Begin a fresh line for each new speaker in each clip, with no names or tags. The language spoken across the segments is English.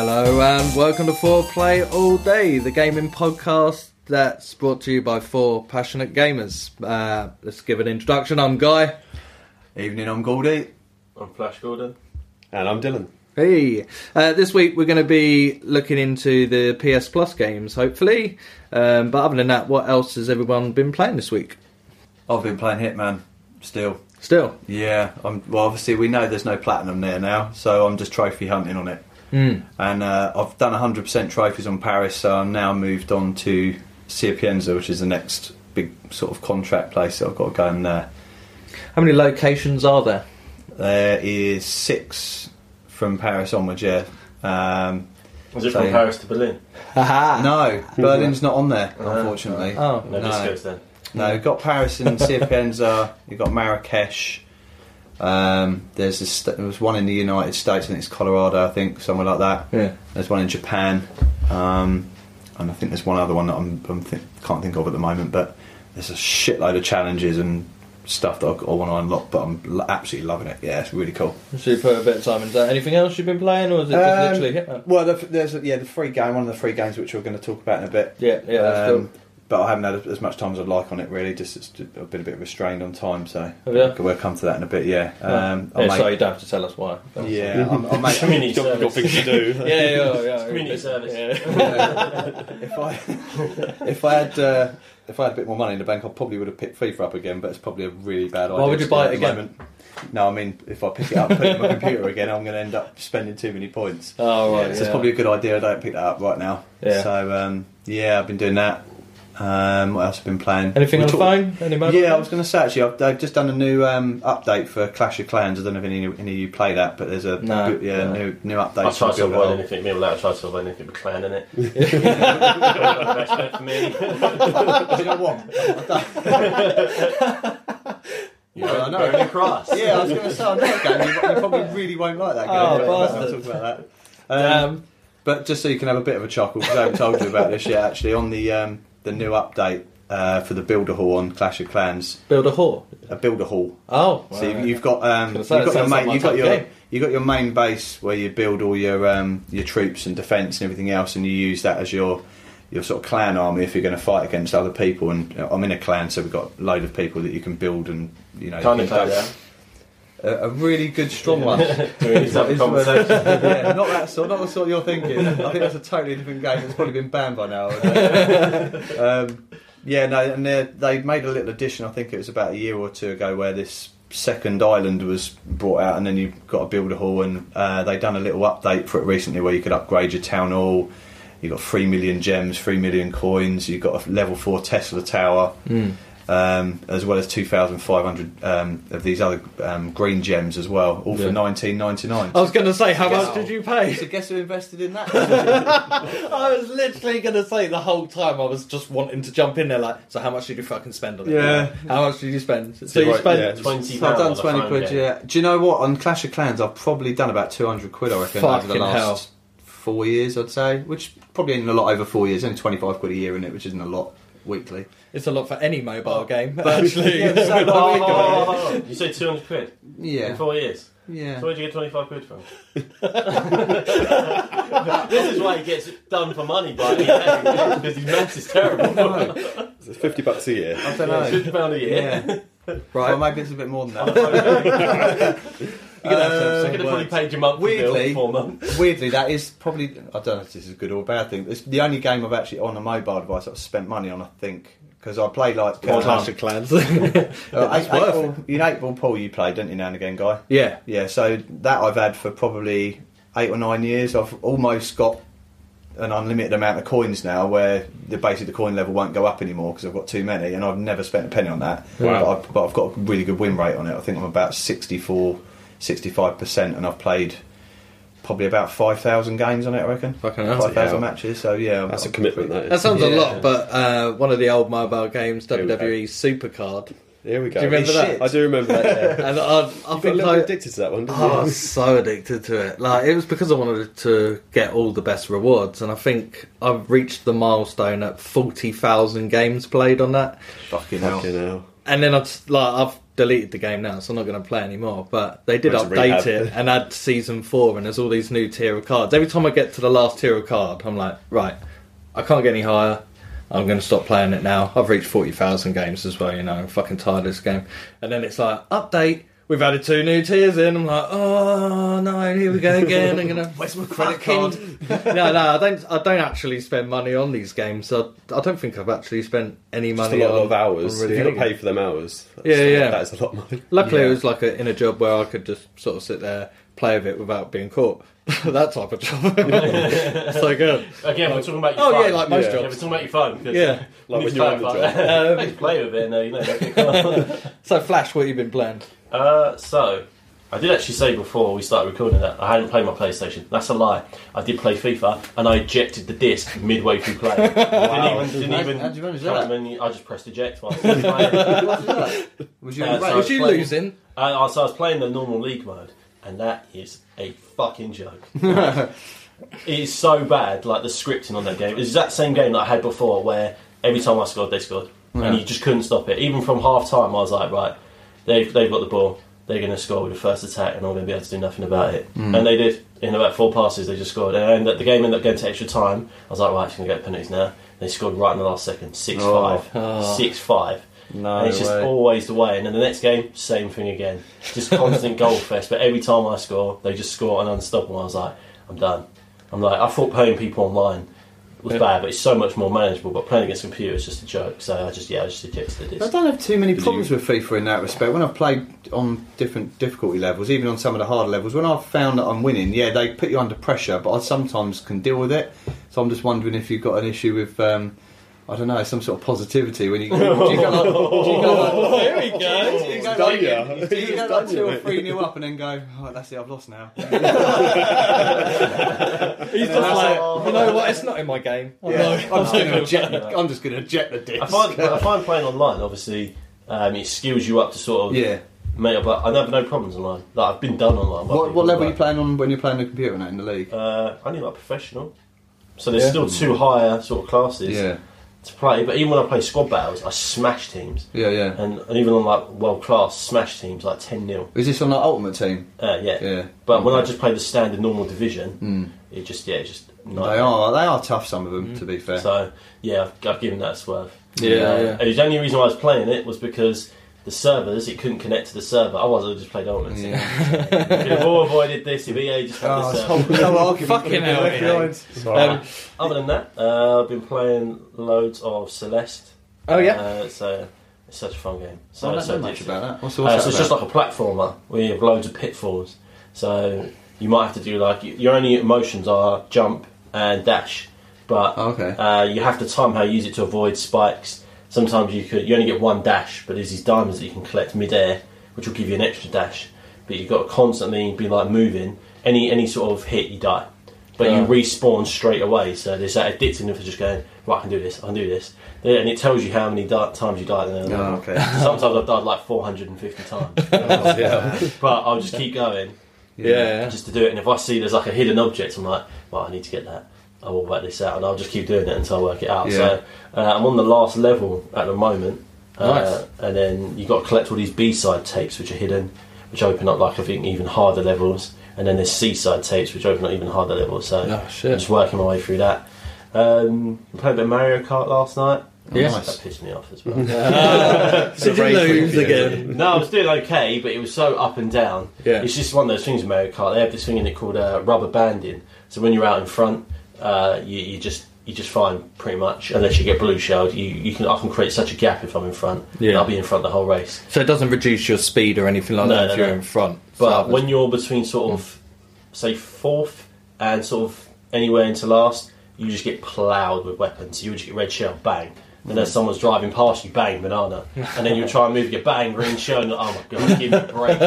Hello and welcome to Foreplay All Day, the gaming podcast that's brought to you by four passionate gamers. Uh, let's give an introduction. I'm Guy.
Evening, I'm Goldie.
I'm Flash Gordon.
And I'm Dylan.
Hey, uh, this week we're going to be looking into the PS Plus games, hopefully. Um, but other than that, what else has everyone been playing this week?
I've been playing Hitman still.
Still,
Yeah, I'm, well, obviously we know there's no platinum there now, so I'm just trophy hunting on it.
Hmm.
And uh, I've done 100% trophies on Paris, so I'm now moved on to Sapienza, which is the next big sort of contract place that I've got to go in there.
how many locations are there?
There is six from Paris onwards, yeah. Um,
Is it
So,
from
yeah.
Paris to Berlin?
Haha.
no, Berlin's not on there, unfortunately.
Uh, Oh.
No,
No.
this goes then.
No, you've got Paris and Sapienza, you've got Marrakesh. Um, there's this, st- there was one in the United States, and it's Colorado, I think, somewhere like that.
Yeah.
There's one in Japan, um, and I think there's one other one that I'm, I'm think, can't think of at the moment. But there's a shitload of challenges and stuff that I've got- I want to unlock, but I'm lo- absolutely loving it. Yeah, it's really cool.
So you put a bit of time into that. Anything else you've been playing, or is it just
Um,
literally Hitman?
Well, the, there's yeah the free game, one of the free games which we're going to talk about in a bit.
Yeah, yeah, that's
Um, But I haven't had as much time as I'd like on it. Really, just it's just- I've been a bit restrained on time, so
Have ya?
we'll come to that in a bit. Yeah,
cool. Oh,
um, I
yeah,
made-
sorry, you don't have to tell us why.
yeah, I'm, I made-
Community
got, got
service.
things to do.
yeah, yeah, yeah.
Community service.
Yeah.
if I if I had uh, if I had a bit more money in the bank, I probably would have picked FIFA up again. But it's probably a really bad idea.
Why would you
to do
buy
at
it
the
again?
moment. No, I mean if I pick it up, put it in my computer again, I'm going to end up spending too many points.
Oh, right.
So
yeah.
it's probably a good idea. I don't pick that up right now.
Yeah.
So um, yeah, I've been doing that. Um, what else have I been playing?
Anything
We
on the
talked-
phone? Any mobile
Yeah, I
phones?
was going to say actually, I've, I've just done a new um, update for Clash of Clans. I don't know if any, any of you play that, but there's a
No.
yeah
No.
new new update.
I
build
tried to
it
avoid
up.
anything. Me and Black tried to avoid anything but clan in it. That's bad for me.
Do you know what?
You
Well, I know.
burn the cross.
Yeah, I was going to say on that game, you, you probably really won't like that game.
Oh,
but we'll
bastard.
talk about that. Um,
Um,
But just so you can have a bit of a chuckle, because I haven't told you about this yet. Actually, on the um, the new update uh, for the Builder Hall on Clash of Clans,
build a whore.
a Builder Hall.
Oh,
So you've, you've got
I
um,
was gonna
you've
say, that
got your
sounds like
main
my
you've got
type
your
game.
you've got your main base where you build all your um, your troops and defence and everything else, and you use that as your your sort of clan army if you're going to fight against other people. And uh, I'm in a clan, so we've got a load of people that you can build and you know
Kind
you
of
can
clan,
go-
yeah.
a, a really good strong one.
We need to have a
It's one of
conversation.
those- yeah, not that sort, not the sort you're thinking. I think that's a totally different game. It's probably been banned by now. um, yeah, no, and they- they made a little addition. I think it was about a year or two ago where this second island was brought out, and then you've got to build a hall. And uh, they done a little update for it recently where you could upgrade your town hall. You got three million gems, three million coins. You have got a level four Tesla tower um, as well as 2,500 um, of these other um, green gems as well, all
Yeah. Oh,
for 19.99.
I was going to say, how
Wow.
much did you pay?
So guess who invested in that?
I was literally going to say the whole time I was just wanting to jump in there, like, so how much did you fucking spend on it?
Yeah.
How much did you spend? So, you
right,
spent.
yeah.
Twenty
I've
pound on
done
the
20
phone
quid,
game.
yeah. Do you know what? On Clash of Clans, I've probably done about 200 quid, I reckon, over
Fucking
the last
hell.
four years, I'd say, which probably ain't a lot over four years, only 25 quid a year in it, which isn't a lot weekly.
It's a lot for any mobile game, actually.
Yeah, so-
We're not
Oh,
thinking about
oh, oh, oh. You say 200 quid in
Yeah.
four years.
Yeah.
So where'd you get 25 quid from? this is why he gets done for money by the end because his maths is terrible.
No,
It's 50 bucks a year.
I don't know.
50 pound a year.
Yeah.
it.
Well,
Right.
maybe it's a bit more than that.
You're
Um,
gonna have to have a
I could
second
have probably
word.
paid your monthly bill
Weirdly-
for four months.
Um, Weirdly, that is probably I don't know if this is a good or a bad thing. It's the only game I've actually on a mobile device I've spent money on. I think because I play like uh,
Clash of Clans.
uh, eight,
It's worth
eight ball, you know, eight ball pool you play, don't you, now and again, guy?
Yeah.
Yeah. So that I've had for probably eight or nine years. I've almost got an unlimited amount of coins now, where the basically the coin level won't go up anymore because I've got too many, and I've never spent a penny on that.
Wow.
But, I've, but I've got a really good win rate on it. I think I'm about 64, 65 percent, and I've played. Probably about five thousand games on it, I reckon.
Fucking hell.
Five thousand
Yeah.
matches, so yeah,
That's a
I'm-
commitment, that is.
That sounds a
Yeah.
lot, but uh, one of the old mobile games,
Here we go.
WWE Supercard,
Here we go.
Do you remember
that?
I do remember that, yeah.
and I, I
I've been a
think
little
I,
bit addicted to that one, didn't
Oh, I
you?
was so addicted to it. Like it was because I wanted to get all the best rewards, and I think I've reached the milestone at forty thousand games played on that.
Fucking hell.
Fucking hell.
And then I've like I've deleted the game now, so I'm not going to play anymore. But they did
Went to
update
rehab.
it and add season four, and there's all these new tier of cards. Every time I get to the last tier of card, I'm like, right, I can't get any higher. I'm going to stop playing it now. I've reached 40,000 games as well, you know. I'm fucking tired of this game. And then it's like, update. We've added two new tiers in. I'm like, oh no, here we go again. I'm gonna
Where's my credit
fucking-
card?
no, no, I don't. I don't actually spend money on these games. I, I don't think I've actually spent any
Just a
money
lot,
on
lot of hours.
on
you got
reviewing.
paid for them hours. That's,
Yeah, yeah.
That is a lot of money.
Luckily,
Yeah.
it was like a, in a job where I could just sort of sit there, play with it without being caught. that type of job. so good.
Again, we're talking about your
Oh,
phone.
yeah, like most
Yeah.
Yeah, we're
jobs.
talking about your phone. 'cause
Yeah.
you
Like
need
when
to
you're on the
play with
job.
it. Just play with it and, uh, you know, make it come.
So, Flash, what have you been playing?
Uh, so, I did actually say before we started recording that I hadn't played my PlayStation. That's a lie. I did play FIFA, and I ejected the disc midway through playing.
Wow.
Didn't even,
How-
didn't even
how did you manage
come
that?
to any- I just pressed eject whilst I was playing.
Was you
Uh,
right?
was
I was
you
playing-
losing?
I, I- so I was playing the normal league mode, and that is a fucking joke. it is so bad, like the scripting on that game. It's that same game that I had before, where every time I scored, they scored, and you just couldn't stop it. Even from half time, I was like, right, they've they've got the ball, they're going to score with the first attack, and I'm going to be able to do nothing about it.
Mm.
And they did. In about four passes, they just scored, and the game ended up going to extra time. I was like, right, I'm going to get penalties now. They scored right in the last second, six five, six five.
Oh.
No
And it's just
way.
always the way. And then the next game, same thing again. Just constant goal fest. But every time I score, they just score an unstoppable. I was like, I'm done. I'm like, I thought playing people online was bad, but it's so much more manageable. But playing against computers is just a joke. So I just, yeah, I just ejected
I
it.
don't have too many
you-
problems with FIFA in that respect. When I've played on different difficulty levels, even on some of the harder levels, when I've found that I'm winning, yeah, they put you under pressure, but I sometimes can deal with it. So I'm just wondering if you've got an issue with, um, I don't know, some sort of positivity when you, do you go like, do you go like,
There we
do you go
Done ya.
like, do you go like two or three new up and then go, oh, that's it, I've lost now.
He's just like, you know what? It's not in my game. I
Yeah.
know.
I'm just going to eject. the- I'm just going to eject the disc.
I find, I find playing online, obviously, um, it skills you up to sort of
yeah.
mate up. But I have no problems online. Like, I've been done online. by
What,
people,
what level
but-
are you playing on when you're playing the computer now in the league?
Uh, only like professional. So there's
Yeah.
still two higher sort of classes
yeah,
to play. But even when I play squad battles, I smash teams.
yeah, yeah.
And, and even on like world class smash teams, like 10 0.
Is this on like Ultimate Team?
Uh, yeah.
Yeah, Hmm.
But when I just play the standard normal division, it just, yeah, it's just.
they are they are tough. Some of them, to be fair.
Mm. So, yeah, I've, I've given that a swerve.
Yeah, yeah.
And The only reason I was playing it was because the servers, it couldn't connect to the server. Otherwise, I would just played Ultimate. Team.
yeah.
Could have all avoided this if EA just had
oh,
the
it's
server.
whole, no argument.
Fucking hell,
Left
yeah.
behind.
Um,
Other than that, uh, I've been playing loads of Celeste.
oh yeah.
Uh, so, it's such a fun game. So,
I don't
so
know much
addictive.
about that. What's,
Uh,
what's
so it's
that
just
about?
like a platformer where you have loads of pitfalls. So you might have to do like y- your only emotions are jump and dash, but
Oh, okay.
uh, you have to time how you use it to avoid spikes. Sometimes you could you only get one dash, but there's these diamonds that you can collect midair, which will give you an extra dash. But you've got to constantly be like moving. Any any sort of hit, you die. But you
Yeah.
respawn straight away, so there's that addictiveness of just going right. I can do this. I can do this, and it tells you how many di- times you died. And then
Oh, okay.
Sometimes I've died like 450 times. but I'll just keep going
Yeah. yeah.
just to do it. And if I see there's like a hidden object, I'm like, well, I need to get that. I will work this out. And I'll just keep doing it until I work it out. So uh, I'm on the last level at the moment.
Nice.
Uh, and then you've got to collect all these B side tapes which are hidden, which open up like I think even harder levels. And then there's C side tapes which open up even harder levels. So
Oh
I'm
shit.
just working my way through that. Um, I played a bit of Mario Kart last night.
Yes.
That pissed me off as well.
Did you
very
lose
quick, yeah.
again?
No, I was doing okay, but it was so up and down.
Yeah.
It's just one of those things in Mario Kart. They have this thing in it called uh, rubber banding. So when you're out in front, uh, you, you just you just find pretty much unless you get blue shelled, you, you can I can create such a gap if I'm in front.
Yeah.
I'll be in front the whole race.
So it doesn't reduce your speed or anything like
No,
that
no,
if you're
no.
in front.
But
So-
when you're between sort of say fourth and sort of anywhere into last, you just get ploughed with weapons. You just get red shell, bang. And
Mm.
then someone's driving past you, bang, banana. And then you try and move, you bang, green shell, and oh my god, give me a break.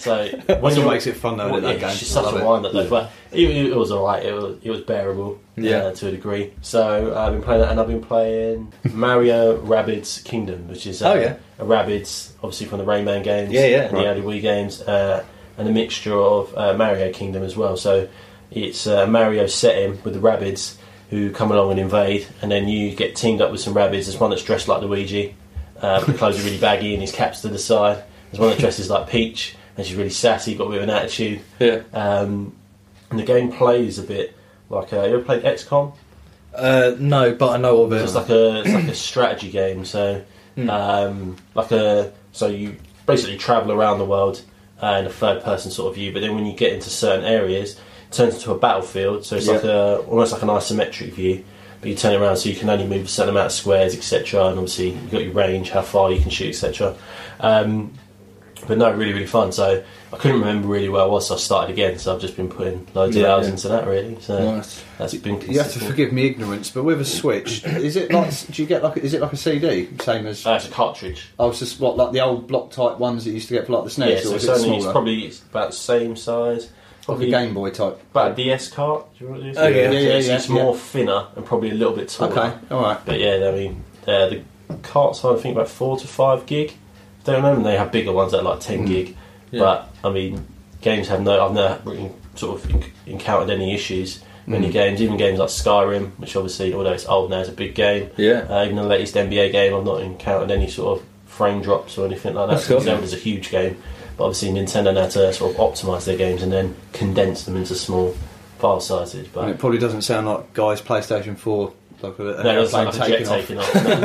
So when
That's
you
what makes it fun though.
well,
that
yeah,
game.
it's just
I
such
love
a
it.
wind up though, but it, it was alright. It was it was bearable,
Yeah.
uh, to a degree. So uh, I've been playing that, and I've been playing Mario Rabbids Kingdom, which is uh,
Oh, yeah.
a Rabbids, obviously from the Rayman games,
Yeah, yeah.
and
Right.
the early Wii games, uh, and a mixture of uh, Mario Kingdom as well. So it's uh, Mario setting with the Rabbids who come along and invade, and then you get teamed up with some Rabbids. There's one that's dressed like Luigi. Uh, with the clothes are really baggy and his cap's to the side. There's one that dresses like Peach, and she's really sassy, got a bit of an attitude.
Yeah.
Um, and the game plays a bit like uh, you ever played XCOM?
Uh, no, but I know of
So
it.
It's like a it's like a strategy game. So
Hmm.
um, like a so you basically travel around the world uh, in a third person sort of view. But then when you get into certain areas, it turns into a battlefield. So it's like a almost like an isometric view. But you turn it around so you can only move a certain amount of squares, etc. And obviously you've got your range, how far you can shoot, etc. Um, but no, really, really fun. So I couldn't remember really where I was, so I started again. So I've just been putting loads of
Yeah,
hours
yeah.
into that, really. So
Nice.
that's been consistent.
You have to forgive me ignorance, but with a Switch, is it like? Do you get like? Is it like a CD? Same as
Uh, it's a cartridge.
I was just what like the old block type ones that you used to get for like the SNES,
Yeah, so
or is
it's,
it
only,
smaller?
it's probably it's about the same size.
like a
Probably
Game Boy type.
about a DS cart. Do you know what it is?
Oh, yeah,
yeah,
So it's,
yeah,
it's
yeah.
more thinner and probably a little bit taller.
okay, all right.
But yeah, I mean, uh, the carts are, I think, about 4 to 5 gig. They don't know, and they have bigger ones that are like 10 gig.
Yeah.
But, I mean, games have no. I've never really sort of en- encountered any issues. Many games, even games like Skyrim, which obviously, although it's old now, it's a big game.
yeah.
Uh, even the latest NBA game, I've not encountered any sort of frame drops or anything like that.
That's cool.
Zelda's a huge game, but obviously Nintendo had to sort of optimise their games and then condense them into small file sizes. But
And it probably doesn't sound like guys PlayStation Four like a, an
no, it's
airplane
like a jet
taking off.
taking off.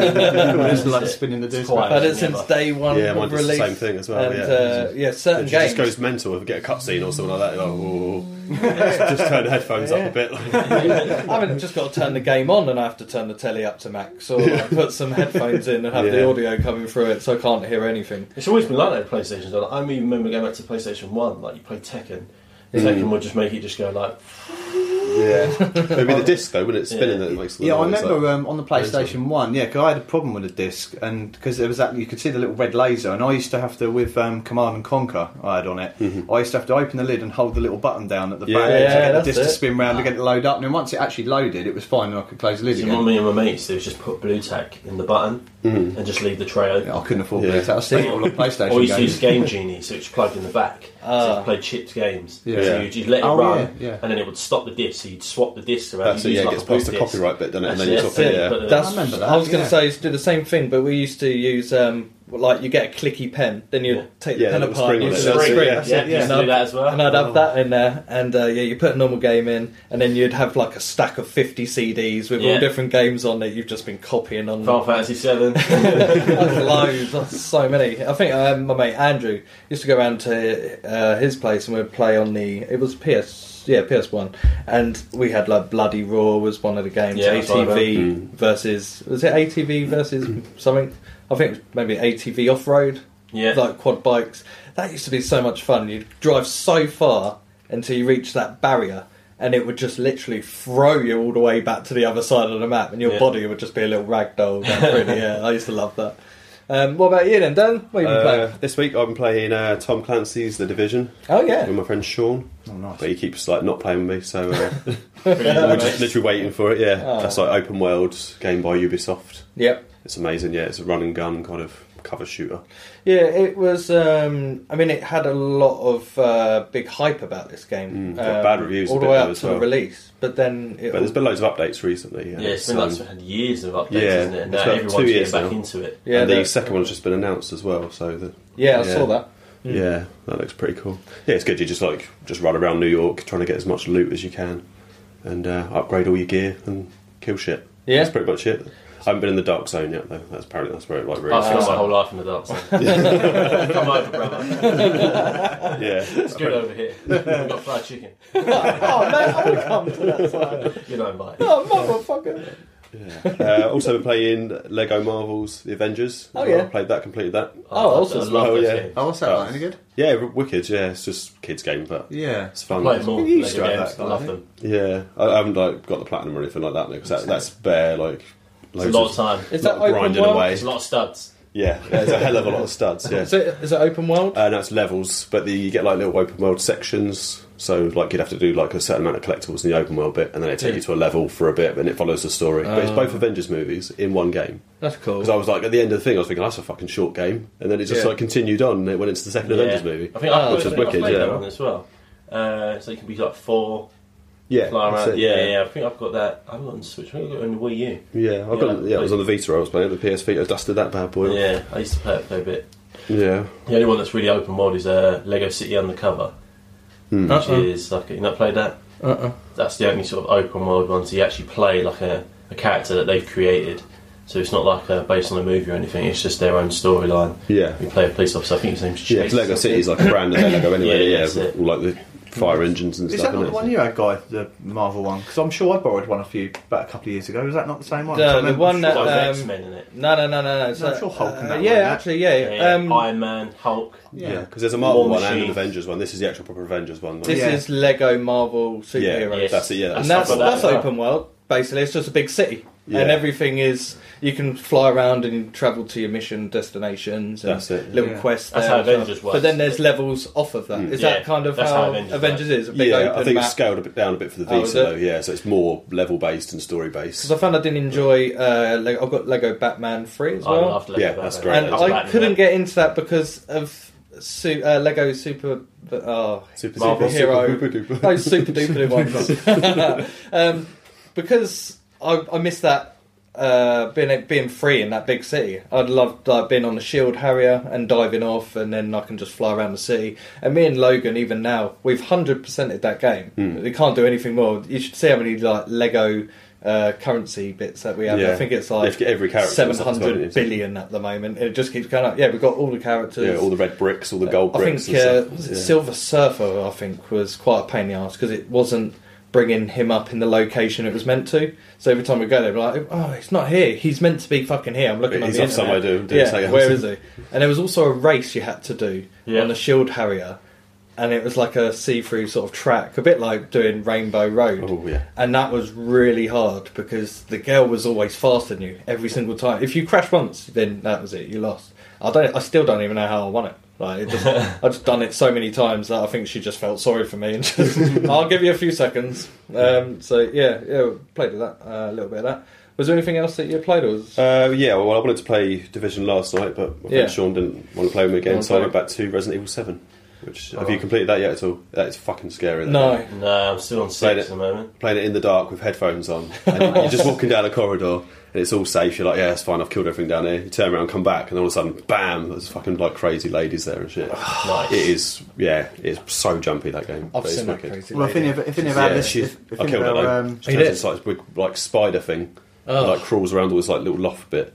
That's
It's like
it.
spinning the
It's
disc.
quiet.
I've had it since day one
Yeah,
of
mine does the
release.
same thing as well,
And,
yeah.
uh, yeah, certain
It
games.
just goes mental if we get a cutscene or something like that. You're like, "Ooh." just turn the headphones up a bit. Like,
I mean, I've just got to turn the game on and I have to turn the telly up to max or like, put some headphones in and have
Yeah.
the audio coming through it so I can't hear anything.
It's always been like that with PlayStation. Like, I even remember going back to PlayStation One, like you play Tekken.
Mm.
Tekken would just make it just go like
yeah, maybe the disc though, when it's spinning,
Yeah.
that makes. the
Yeah, I
noise,
remember
like-
um, on the PlayStation One. Yeah, because I had a problem with the disc, and because there was that you could see the little red laser, and I used to have to with um, Command and Conquer. I had on it. I used to have to open the lid and hold the little button down at the
Mm-hmm. Yeah,
back
yeah,
to get the
that's
disc to
it.
spin round to get it load up. And then once it actually loaded, it was fine, and I could close the lid
So
again.
what me and my mates do is just put blue tack in the button and just leave the tray open.
Yeah, I couldn't afford
Mm. Yeah.
yeah. that. I was thinking all on PlayStation
Or you
games.
use Game Genie, so it's plugged in the back. so
Ah.
you play chipped games.
Yeah.
So you'd, you'd let it
Oh,
run,
yeah, yeah.
and then it would stop the disc, so you'd swap the disc around.
That's it.
You'd
Yeah,
use like
it gets
a
past the
boot disc.
copyright bit, doesn't it? And
That's
then you
it,
swap
that's
it.
it.
Yeah.
But, uh,
That's, I,
I remember that,
was going to
yeah.
say, used to do the same thing, but we used to use, um, like, you get a clicky pen, then you
Yeah.
take
Yeah,
the pen
little
apart
spring
and
on
use
it.
it as a
That's it,
spring.
yeah.
Yeah, you used to do that as well.
And I'd have that in there, and uh, yeah, you put a normal game in, and then you'd have like a stack of 50 CDs with
Yeah.
all different games on that you've just been copying on.
Final Fantasy Seven.
That's loads, that's so many. I think um, my mate Andrew used to go around to uh, his place and we'd play on the. It was PS, yeah, PS One, and we had like Bloody Roar was one of the games.
Yeah, that's Hmm. what I
ATV versus was it ATV versus something? I think it was maybe ATV off road,
yeah.
like quad bikes. That used to be so much fun. You'd drive so far until you reach that barrier. And it would just literally throw you all the way back to the other side of the map, and your
Yeah.
body would just be a little ragdoll. going through the air. I used to love that. Um, what about you then, Dan? What have you been
Uh,
playing?
this week I've been playing uh, Tom Clancy's The Division
Oh
with
yeah,
my friend Sean,
Oh, nice.
but he keeps like not playing with me, so uh,
Brilliant,
we're
mate.
just literally waiting for it. Yeah,
Oh.
that's like open world game by Ubisoft.
yep,
It's amazing. Yeah, it's a run and gun kind of cover shooter.
yeah. It was. Um, I mean, it had a lot of uh, big hype about this game. um,
Mm, got bad reviews a
all the
bit
way
though
up
as
to the
well.
release, but then it.
But there's been loads of updates recently. Yeah,
Yeah, it's been
So-
like sort of years of updates,
Yeah,
isn't it? And
it's
now
about
everyone's
two
getting
years
back
now.
into it.
yeah,
and the
that-
second one's just been announced as well. So the,
Yeah, I
yeah.
saw that. Mm.
yeah,
Hmm.
that looks pretty cool. Yeah, it's good. You just like just run around New York trying to get as much loot as you can, and uh, upgrade all your gear and kill shit.
Yeah.
that's pretty much it. I haven't been in the dark zone yet though. That's apparently that's where it like really.
I've spent
Yeah.
my whole life in the dark side. Come over, brother. Oh.
yeah,
It's good over here. We've got fried chicken.
oh man, I would come to that side.
You're not invited.
Oh motherfucker!
yeah. Uh, also been playing Lego Marvels The Avengers. as
Oh,
well.
yeah.
played that, completed that.
Oh,
I
also
love
as well,
those
yeah.
games.
Oh, what's that?
Oh.
like? Any good?
Yeah, w- wicked. Yeah, it's just kids game, but
Yeah.
it's fun.
Play them all.
You used
Lego
to have
games.
that,
I love
didn't
them.
Yeah, I I haven't like got the platinum or anything like that because that, that's bare like
It's
loads
a lot of time.
Is
lot
that
of
open
grinding
world?
away.
It's a lot of studs.
Yeah, there's a hell of a lot of studs. Yeah,
Is it is it open world?
uh, no, it's levels, but the, you get like little open world sections. So like you'd have to do like a certain amount of collectibles in the open world bit, and then they take
Yeah.
you to a level for a bit, and it follows the story. but it's
Oh.
both Avengers movies in one game.
That's cool.
Because I was like at the end of the thing, I was thinking that's a fucking short game, and then it just
Yeah.
like continued on. and It went into the second Avengers movie.
I think
Oh,
I've,
which is
played- I've
wicked,
played that
yeah.
one as well. Uh, so you can be like four,
Yeah,
fly
that's
around.
it,
Yeah, yeah, yeah, I think I've got that. I haven't got it on Switch. I think I've got it on the Wii U.
yeah. I've got
Yeah.
yeah. It was on the Vita I was playing, the PS Vita. I dusted that bad boy.
Yeah, I used to play it a fair bit.
Yeah.
The only one that's really open world is uh, Lego City Undercover,
Hmm.
which
Uh-uh.
is like you know played that.
Uh-uh.
That's the only sort of open world one. So you actually play like a, a character that they've created. So it's not like uh, based on a movie or anything. It's just their own storyline.
Yeah.
You play a police officer. I think his name's
Yeah,
Chase.
'cause Lego City is like a brand of their Lego anyway.
Yeah,
Yeah,
that's it.
all like the fire engines and
Is
stuff.
that not the
innit?
one you had, Guy? The Marvel one? Because I'm sure I borrowed one off you about a couple of years ago. Was that not the same one?
No,
I
the
remember-
one that-
Well,
I-
um,
X Men in it.
No, no, no, no, no.
No, I'm sure Hulk and that one,
yeah,
yeah.
actually, yeah.
Yeah,
um,
Iron Man, Hulk.
Yeah,
Yeah.
because there's a Marvel
War
one and an
Machine.
Avengers one. This is the actual proper Avengers one.
this
Like,
Yeah.
is Lego Marvel
yeah,
superheroes.
Yes.
that's it. Yeah, that's,
And that's,
stuff like that
that's
as well.
open world, basically. It's just a big city.
Yeah.
And everything is, you can fly around and travel to your mission destinations and
That's it.
little
Yeah.
quests.
That's
there
how
and stuff.
Avengers works.
But then there's levels off of that. Is
Mm.
Yeah,
that kind of
that's
how,
how
Avengers,
Avengers
is? A big
yeah,
open
I think
map.
it's scaled a bit down a bit for the
Oh,
Vita
is it?
though. Yeah, so it's more level based and story based.
Because I found I didn't enjoy. Uh, Lego, I've got Lego Batman Three as
I
well,
loved Lego
Yeah,
Batman.
that's great.
and
Lego
I
Batman.
couldn't get into that because of su- uh, Lego Super. Oh,
Super,
Marvel
Hero.
super duper.
oh, Super Duper Duper one. um, because I, I miss that uh, being being free in that big city. I'd love uh, being on the Shield Harrier and diving off, and then I can just fly around the city. And me and Logan, even now, we've hundred percented that game.
Hmm.
We can't do anything more. You should see how many like Lego. Uh, currency bits that we have.
Yeah.
I think it's
They've
like
got every character
seven
that's up to it,
hundred
isn't it?
billion at the moment. It just keeps going up. Yeah, we've got all the characters.
Yeah, all the red bricks, all the gold
I
bricks.
think uh,
and
was
stuff.
it
Yeah.
Silver Surfer, I think, was quite a pain in the ass because it wasn't bringing him up in the location it was meant to. So every time we go there, we're like, "Oh, he's not here. He's meant to be fucking here." I'm looking.
He's
on
off
the
somewhere
internet.
doing- doing something
yeah,
else.
where is he? And there was also a race you had to do
Yeah.
on the Shield Harrier, and it was like a see-through sort of track, a bit like doing Rainbow Road.
Oh yeah.
And that was really hard because the girl was always faster than you every single time. If you crashed once, then that was it. You lost. I don't. I still don't even know how I won it. Like it just, I've just done it so many times that I think she just felt sorry for me and just, I'll give you a few seconds. Um, so yeah, yeah, played with that uh, a little bit of that. Was there anything else that you played? Or was,
Uh, yeah, well, I wanted to play Division last night, but my friend
Yeah.
Sean didn't want to play with me again,
Wanna
so I
play?
went back to Resident Evil 7. Which, have you
Alright.
completed that yet at all? That is fucking scary. that
no,
game.
No, I'm still on
Played
six
it.
at the moment.
Playing it in the dark with headphones on, and you're just walking down a corridor, and it's all safe. You're like, yeah, it's fine, I've killed everything down here. You turn around, come back, and all of a sudden, bam, there's fucking like crazy ladies there and shit.
Nice.
It is, yeah, it's so jumpy that game.
I've
but it's
seen that
wicked.
crazy.
Well, if
lady.
any of if any of
Yeah,
our list-
she's-
if if
I
any of
killed
our,
her. Like,
um,
she
He
turns
did?
into like this big like spider thing, and, like crawls around all this like little loft bit.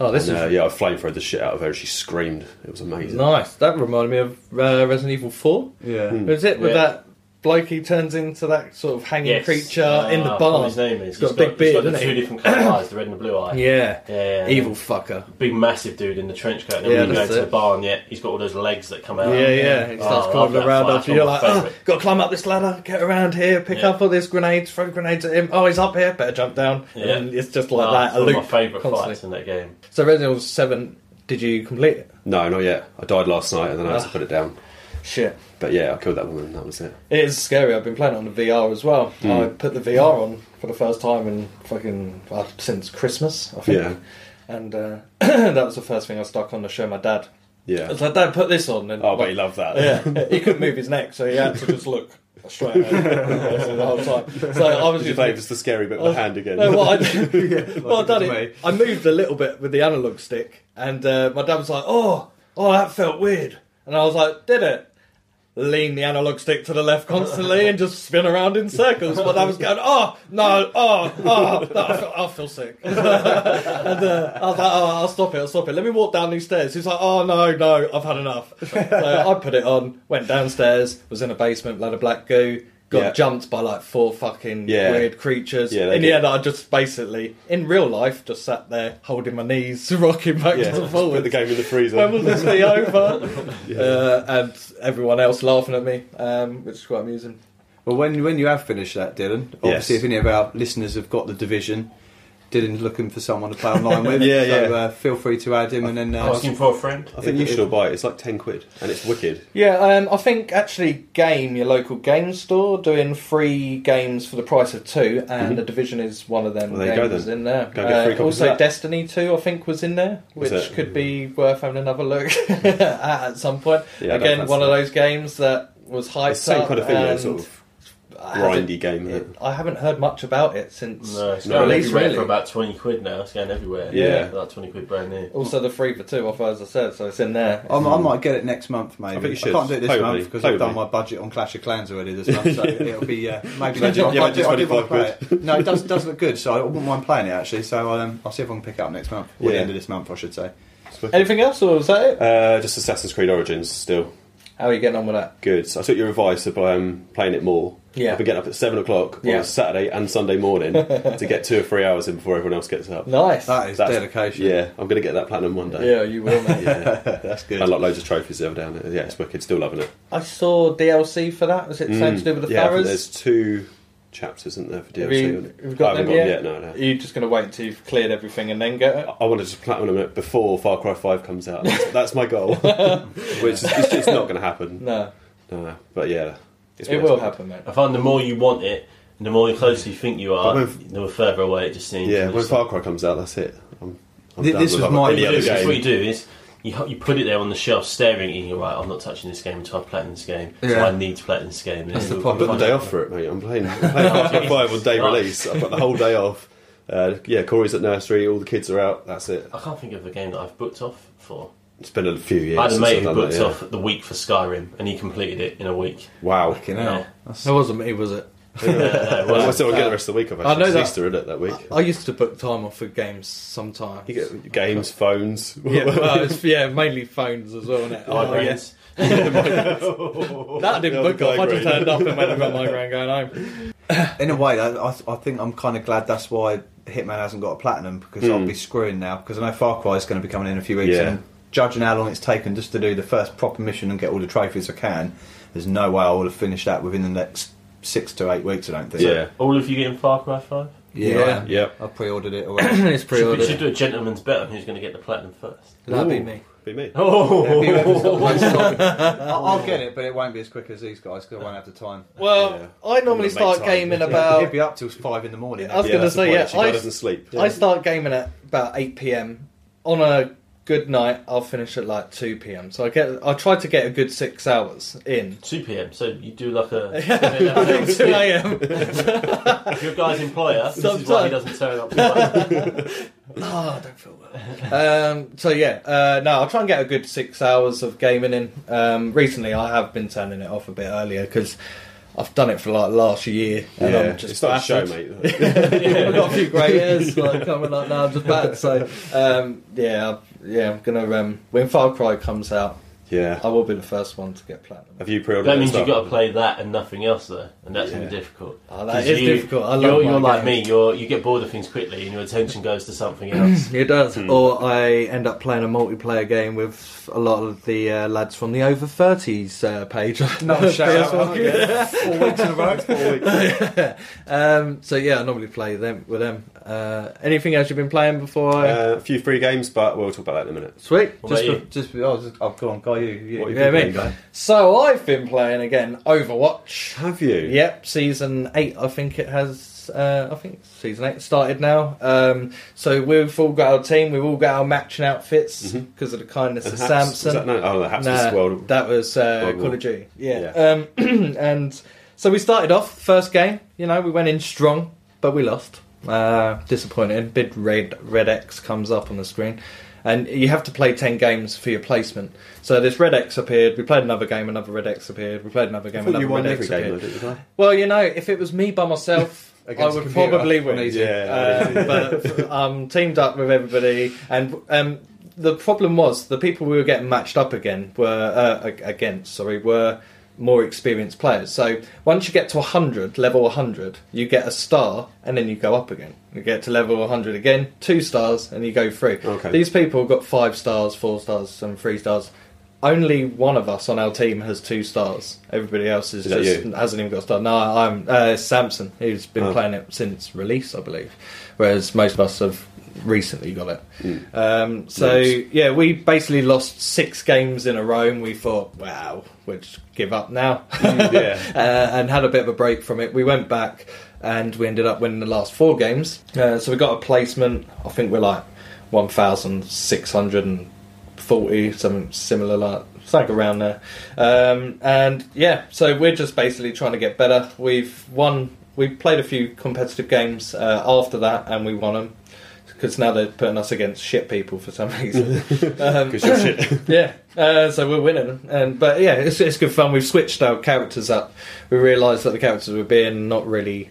oh, this
And,
is
uh, yeah, I flamethrowed the shit out of her. and She screamed. It was amazing.
nice. That reminded me of uh, Resident Evil Four.
yeah,
Was it with
Yeah.
that bloke who turns into that sort of hanging
Yes.
creature in
Ah,
the
I forgot
bar?
what His name
He's
is.
got a big
he's got
beard,
the
hasn't
two
he?
different colour eyes, the red and the blue eye.
Yeah.
Yeah,
Evil fucker.
big massive dude in the trench coat. And then
Yeah,
when you go
that's
to the
it.
bar, and yet he's got all those legs that come out.
yeah, yeah. He
Oh,
starts
I love
climbing
that
around
fight.
after
It's
you're
my
like, oh,
favourite.
got to climb up this ladder, get around here, pick
Yeah.
up all these grenades, throw grenades at him. Oh, he's up here, better jump down.
Yeah.
And it's just like
Oh,
that,
it's
a
one
loop.
of my favourite
constantly.
fights in that game.
So Resident Evil 7, did you complete it?
No, not yet. I died last night, and then I
Ah.
had to put it down.
Shit.
But yeah, I killed that woman. and That was it.
It is scary. I've been playing it on the VR as well. I put the VR on for the first time in fucking uh, since Christmas, I think.
Yeah.
And uh, that was the first thing I stuck on to show my dad. I
Yeah.
was like, Dad, put this on. And
Oh, but
like,
he loved that.
Yeah, he couldn't move his neck, so he had to just look straight at him the whole time. So I was
Did you
just.
play just the scary bit with the hand again?
Oh, No, what I, did- what I
it
done
was
it, I moved a little bit with the analog stick, and uh, my dad was like, "Oh, oh, that felt weird," and I was like, "Did it?" Lean the analog stick to the left constantly and just spin around in circles. But I was going, oh no, oh, oh, no, I, feel, I feel sick. and uh, I was like, oh, I'll stop it, I'll stop it. Let me walk down these stairs. He's like, oh no, no, I've had enough. So I put it on, went downstairs, was in a basement, blood of black goo, got
Yeah.
jumped by like four fucking
Yeah.
weird creatures.
Yeah, they
in
do.
the end, I just basically, in real life, just sat there holding my knees, rocking back and
yeah. just put the
forward.
game in the freezer.
When will this be over? uh, and everyone else laughing at me, um, which is quite amusing.
Well, when when you have finished that, Dylan, obviously,
Yes.
if any of our listeners have got the division, Dylan's looking for someone to play online with.
Yeah,
so,
yeah.
Uh, feel free to add him, and then uh,
Asking for a friend.
I think you should all buy it. It's like ten quid, and it's wicked.
Yeah, um, I think actually Game, your local game store, doing free games for the price of two, and The Division is one of them
Mm-hmm. Well, there you
games
go then.
in there.
Go and get
Uh,
three copies of
also,
that.
Destiny 2, I think, was in there,
Was
which
it?
could be worth having another look at at some point.
Yeah, I don't
Again,
fancy
one of
that.
those games that was hyped
It's the same
up
kind of thing, though,
and
sort of.
I haven't-
grindy game. isn't it?
it- I haven't heard much about it since
No, it's
No,
going
release,
everywhere
really.
for about 20 quid now. It's going everywhere.
Yeah.
About 20 quid brand new.
Also, the three for two offer, as I said, so it's in there.
I'm, I might get it next month, maybe.
I think you
I can't
should.
do it this
Play with
month
me.
because
Play
I've
with
done
me.
my budget on Clash of Clans already this month, so it'll be uh, maybe next
Yeah,
month. I, do, I do want
25
to play it. No, it does, does look good, so I wouldn't mind playing it actually. So I'll, um, I'll see if I can pick it up next month, or the
Yeah.
end of this month, I should say.
Anything else, or is that it?
Uh, just Assassin's Creed Origins still
How are you getting on with that?
good. So I took your advice of um, playing it more.
Yeah.
I've been getting up at seven o'clock on
Yeah.
a Saturday and Sunday morning to get two or three hours in before everyone else gets up.
Nice.
That is
That's-
dedication.
Yeah, I'm going to get that platinum one day.
yeah, you will, mate.
that's good.
I like loads of trophies the other day. and, Yeah, it's wicked. Still loving it.
I saw DLC for that. Was it something to do with the
Mm. yeah, I think
Farrers?
there's two chapters, isn't there, for DLC?
Have you,
isn't
have you
it?
got
I haven't
them yet?
No, no.
Are you just going to wait until you've cleared everything and then get it?
I want to just platinum it before Far Cry 5 comes out. That's, that's my goal. Which is it's just not going to happen.
No,
No, but yeah. It's
it
worth
will happen, mate.
I find the more you want it, and the more close you think you are,
But with-
the further away it just seems.
Yeah,
And
when
it's like-
Far Cry comes out, that's it. I'm, I'm
Th-
done
this
with
was
other-
my-
what,
any
you
other
do, is-
game.
what you do is you, you put it there on the shelf, staring at you, and you're right, I'm not touching this game until I platinum this game.
Yeah.
So I need to platinum this game.
That's the
I've got the
problem.
day off for it, mate. I'm playing, I'm playing Far Cry 5 on day release. I've got the whole day off. Uh, yeah, Corey's at nursery, all the kids are out, that's it.
I can't think of a game that I've booked off for.
It's been a few years.
I had a
since
mate
I've
who
done that,
booked
yeah.
off the week for Skyrim, and he completed it in a week.
Wow.
Fucking hell.
Yeah.
That's-
It wasn't me, was it?
Uh, well,
Well, I still get the rest of the week off. Actually.
I know
it's
that-
Easter, isn't it, that week?
I used to book time off for games sometimes.
You get games, phones.
yeah, well, it's, yeah, mainly phones as well, isn't it?
my
Oh, yeah.
brains.
That I didn't
The
book off. I just
migraine.
turned up and went and got my grand going home.
In a way, I, I I think I'm kind of glad that's why Hitman hasn't got a platinum because I'll be screwing now because I know Far Cry is going to be coming in a few weeks.
Hmm. Yeah.
And judging how long it's taken just to do the first proper mission and get all the trophies I can, there's no way I will have finished that within the next six to eight weeks. I don't think.
Yeah.
All of you getting Far Cry 5?
yeah,
Yeah.
I pre-ordered it already.
it's pretty
We should do a gentleman's bet on who's going to get the platinum first. Oh!
That'd be
Ooh.
me.
Be me.
I'll, I'll get it, but it won't be as quick as these guys because I won't have the time.
Well, I normally
Make
start
time.
gaming
He'll
about.
be up till five in the morning.
I was
Yeah,
going to
that's the
say,
point,
yeah,
actually,
I,
guy doesn't sleep.
I start gaming at about 8 p.m. On a good night, I'll finish at like 2 p.m. So I get, I try to get a good six hours in.
2 p.m. So you do like
I think 2
a.
a.m.
Your guy's employer. This is why he doesn't turn up. to work.
Oh, I don't feel well. um, so yeah, uh, no, I'll try and get a good six hours of gaming in. Um, recently, I have been turning it off a bit earlier because I've done it for like last year, and
yeah.
I'm just
it's not a show,
battered.
mate.
I've got a few grey hairs like coming up now. I'm just bad. So um, yeah, I've- yeah, I'm gonna. Um, when Far Cry comes out, I
yeah.
will be the first one to get platinum.
Have you pre-ordered?
that means
it as
you've got
well?
to play that and nothing else, though. And that's going to be
Yeah.
difficult.
Oh, that
'Cause
is difficult. I love
you're
my
you're like me.
games.
You're, you get bored of things quickly and your attention goes to something else.
It does, or I end up playing a multiplayer game with a lot of the uh, lads from the over thirties uh, page.
No, shout
PS1.
out. Four weeks in a row.
um, so yeah, I normally play them with them. Uh, anything else you've been playing before? I...
Uh, a few free games, but we'll talk about that in a minute.
Sweet.
What
Just,
about
be- just, be- oh, just, oh, go on, guy, you. you-
What have you
Yeah,
been
me.
playing, guy?
So I've been playing again Overwatch.
Have you?
Yep, season eight. I think it has. Uh, I think season eight started now. Um, so we've all got our team. We've all got our matching outfits because of the kindness
And
of
Haps-
Samson.
was Mm-hmm. that- no, oh, the Haps
Nah,
is World.
That was uh,
World
Call
War.
of Duty. Yeah. Um, and so we started off first game. You know, we went in strong, but we lost. Uh, disappointing. Big red red X comes up on the screen, and you have to play ten games for your placement. So this red X appeared. We played another game. Another red X appeared. We played another
I
game.
thought
Another
you won
red
every
X
game,
appeared.
though, didn't you?
Well, you know, if it was me by myself, I
Against
would
the computer.
probably win.
Easy.
Uh,
Yeah,
but um, teamed up with everybody, and um, the problem was the people we were getting matched up again were uh, ag- against. Sorry, were more experienced players. So once you get to hundred, level hundred, you get a star, and then you go up again. You get to level hundred again, two stars, and you go through.
Okay.
These people got five stars, four stars, and three stars. Only one of us on our team has two stars. Everybody else is,
Is that
just
you?
hasn't even got a star. No, I'm uh, Samson, who's been
Oh.
playing it since release, I believe, whereas most of us have recently got it. Um, so
Hmm. Nice.
yeah, we basically lost six games in a row, and we thought, wow, we'll just give up now,
Hmm, yeah.
uh, and had a bit of a break from it. We went back, and we ended up winning the last four games. Uh, so we got a placement. I think we're like one thousand six hundred and forty, something similar like something around there. Um, and yeah, so we're just basically trying to get better. We've won. We played a few competitive games uh, after that, and we won them because now they're putting us against shit people for some reason. um,
Because you're shit.
yeah, uh, so we're winning, and but yeah, it's, it's good fun. We've switched our characters up. We realised that the characters were being not really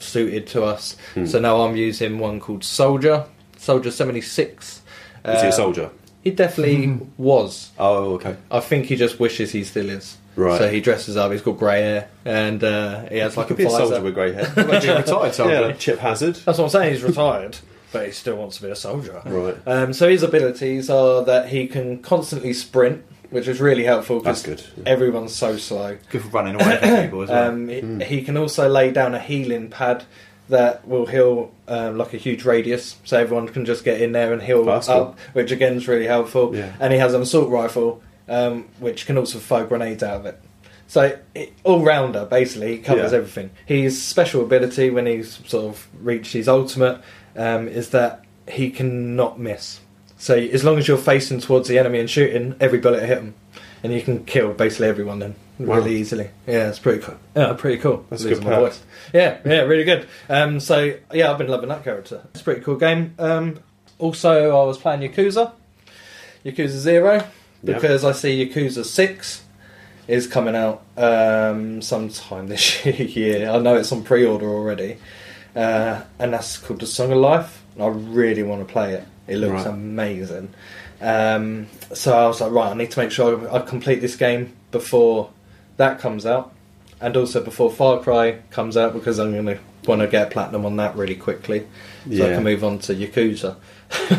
suited to us,
Hmm.
so now I'm using one called Soldier, Soldier seventy six.
Is he a soldier?
He definitely was.
Oh, okay.
I think he just wishes he still is.
Right.
So he dresses up. He's got grey hair, and uh, he has
He
like a
could be a
visor.
soldier with grey hair.
Maybe a retired soldier.
yeah, like Chip Hazard.
That's what I'm saying. He's retired, but he still wants to be a soldier.
Right.
Um, so his abilities are that he can constantly sprint, which is really helpful
That's
because
good, yeah.
everyone's so slow.
Good for running away from people as well.
Um, he- He can also lay down a healing pad that will heal um, like a huge radius, so everyone can just get in there and heal
Oh, That's cool.
up, which again is really helpful.
Yeah.
And he has an assault rifle, um, which can also fire grenades out of it. So it, all rounder, basically, he covers
Yeah.
everything. His special ability, when he's sort of reached his ultimate, um, is that he cannot miss. So as long as you're facing towards the enemy and shooting, every bullet hit him, and you can kill basically everyone then
Wow.
really easily. Yeah, it's pretty cool. Yeah, pretty cool.
That's
Losing
good
my
perk.
voice. Yeah, yeah, really good. Um, so yeah, I've been loving that character. It's a pretty cool game. Um, also, I was playing Yakuza, Yakuza Zero,
Yeah.
because I see Yakuza Six is coming out um, sometime this year. I know it's on pre-order already, uh, and that's called The Song of Life. And I really want to play it. It looks
Right.
amazing. Um, so I was like, right, I need to make sure I complete this game before that comes out, and also before Far Cry comes out because I'm going to want to get platinum on that really quickly, so I
Yeah.
can move on to Yakuza.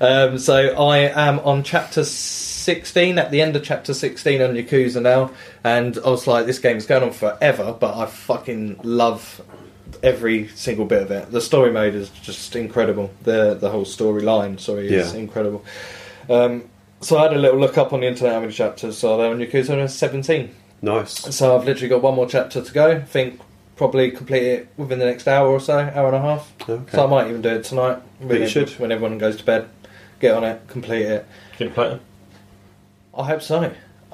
um, so I am on chapter 16, at the end of chapter 16 on Yakuza now, and I was like, this game's going on forever, but I fucking love every single bit of it. The story mode is just incredible. The the whole storyline, sorry, is
Yeah.
incredible. Um, so I had a little look up on the internet how many chapters are there on Yakuza, and it's 17.
Nice.
So I've literally got one more chapter to go. I think probably complete it within the next hour or so, hour and a half.
Okay.
So I might even do it tonight. When
you
ev-
should.
When everyone goes to bed, get on it, complete it.
Can you platinum?
I hope so.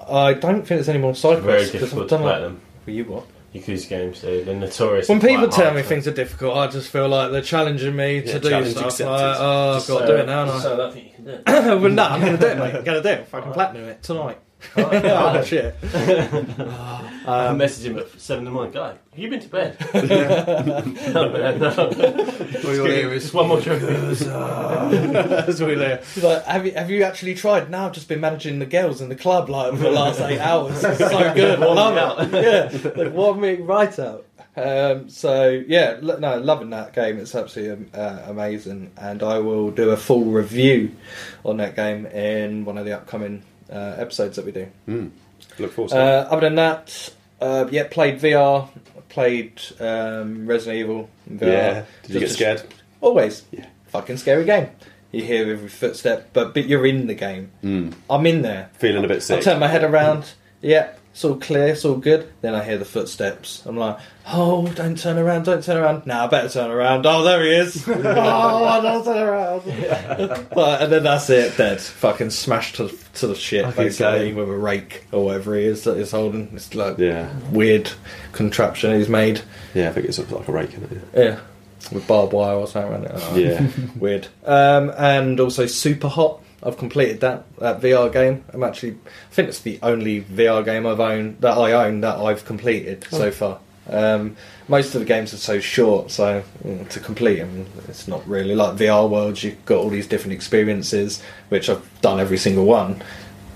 I don't think there's any more side
Very
quests
difficult to platinum.
Well, you what?
Yakuza games, they're they're notorious.
When
for
people
quite
tell
hard,
me
so-
things are difficult, I just feel like they're challenging me
Yeah,
to do
challenge
stuff.
accepted.
Like, oh, I've
Just
got to
so-
do it now. haven't
just So that you can do it.
I? well, no, I'm going to do it, mate. I'm going to do it. Fucking
Alright.
platinum it tonight.
Alright.
oh shit!
I messaged him at seven in the morning. Guy, have you been to bed? no, man, no.
All you'll hear is
Just one more trophy.
That's what we learn. He's like, have you have you actually tried? Now I've just been managing the girls in the club like for the last eight hours. It's so good. I
Warm
love
me
it. yeah, like warm me right out. Um, so yeah, lo- no, loving that game. It's absolutely um, uh, amazing, and I will do a full review on that game in one of the upcoming uh, episodes that we do.
Mm. Look forward to it.
Uh, other than that, uh, yeah, played VR, played um, Resident Evil. in VR.
yeah. Did you get
Just a-
scared?
Always.
Yeah.
Fucking scary game. You hear every footstep, but but you're in the game.
Mm.
I'm in there.
Feeling a bit
I
sick.
turn my head around. Yeah, it's all clear, it's all good. Then I hear the footsteps. I'm like, oh, don't turn around, don't turn around. Now I better turn around. Oh, there he is. oh, I don't turn around. but, and then that's it, dead. Fucking smashed to, to the shit,
Okay,
basically,
so-
with a rake or whatever he is that he's holding. It's like
Yeah.
weird contraption he's made.
Yeah, I think it's like a rake in it.
Yeah. With barbed wire or something around it. Oh,
Yeah.
Weird. Um, and also Super Hot. I've completed that that VR game. I'm actually, I think it's the only VR game I've owned that I own that I've completed so far. Um, most of the games are so short, so mm, to complete them, it's not really like VR worlds. You've got all these different experiences, which I've done every single one,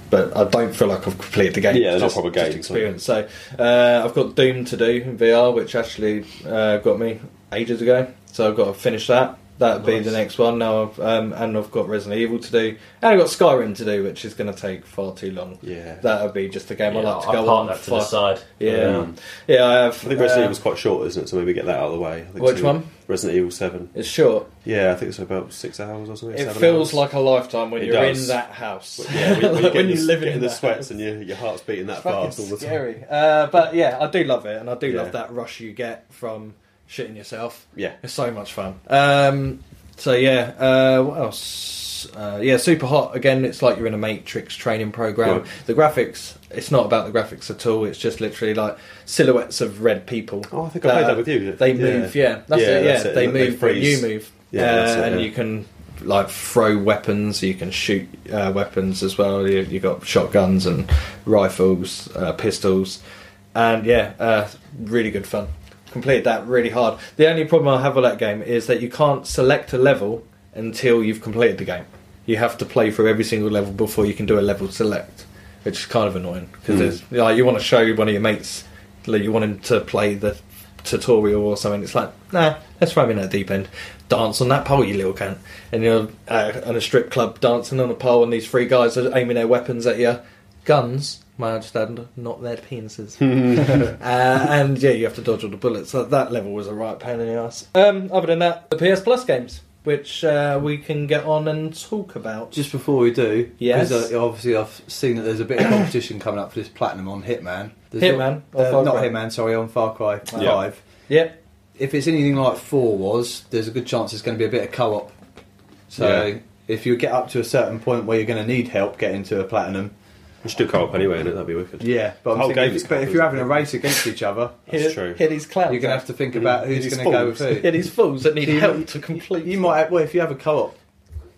but I don't feel like I've completed the game.
Yeah, they're not
Just-
proper
just
games,
experience. So uh, I've got Doom to do in VR, which actually uh, got me ages ago. So I've got to finish that. That'll be
Nice.
the next one now. I've, um, and I've got Resident Evil to do, and I've got Skyrim to do, which is going to take far too long.
Yeah.
That'll be just a game I like to
I
go
parked
on.
that to
for-
the side.
Yeah,
Mm.
yeah. I have.
I think Resident
uh,
Evil's quite short, isn't it? So maybe get that out of the way. I think
Which
it's-
one?
Resident Evil 7.
It's short.
Yeah, I think it's about six hours or something.
It
seven
feels
hours.
like a lifetime when
It
you're
does.
in that house.
Yeah, when,
Like
when,
when
you
you're
live
living
in the
that
sweats
house.
and your, your heart's beating that
fucking
fast all the time.
scary. Uh, but yeah, I do love it, and I do
Yeah.
love that rush you get from shitting yourself.
Yeah.
It's so much fun. Um, So yeah, uh, what else? Uh, yeah, super hot again. It's like you're in a Matrix training program.
Right.
The graphics, it's not about the graphics at all. It's just literally like silhouettes of red people. Uh,
Oh, I think I played that with you.
They
Yeah.
move, yeah, that's
Yeah,
it. Yeah,
that's it.
they
They
move. when
freeze.
you move,
Yeah,
Uh,
that's it,
and
yeah.
you can like throw weapons. You can shoot uh, weapons as well. You you got shotguns and rifles, uh, pistols, and yeah, uh, really good fun. Completed that really hard. The only problem I have with that game is that you can't select a level until you've completed the game. You have to play through every single level before you can do a level select, which is kind of annoying because there's like you want to show one of your mates like you want him to play the tutorial or something. It's like, nah, let's throw him in that deep end. Dance on that pole, you little cunt. And you're uh, on a strip club dancing on a pole, and these three guys are aiming their weapons at you. Guns, may I just add, not their penises. uh, and yeah, you have to dodge all the bullets. So that level was a right pain in the ass. Um, other than that, the PS Plus games, which uh, we can get on and talk about.
Just before we do,
Yes.
because obviously I've seen that there's a bit of competition coming up for this platinum on Hitman. There's
Hitman
not,
or
uh,
Far
not
Cry?
Hitman, sorry, on Far Cry
Wow.
Yeah.
Five.
Yep.
If it's anything like four was, there's a good chance it's going to be a bit of co-op. So
Yeah.
if you get up to a certain point where you're going to need help getting to a platinum,
You should do co-op anyway, and that'd be wicked.
yeah. But,
Whole
I'm thinking,
game is
but if
co-op,
you're having a
isn't it?
race against each other,
That's
Hit-
true.
Hit these clowns.
you're going to have to think
Mm.
about
It
who's
is
going to go with
false.
who.
Hit these fools that need
You-
help to complete.
You might, well, if you have a co-op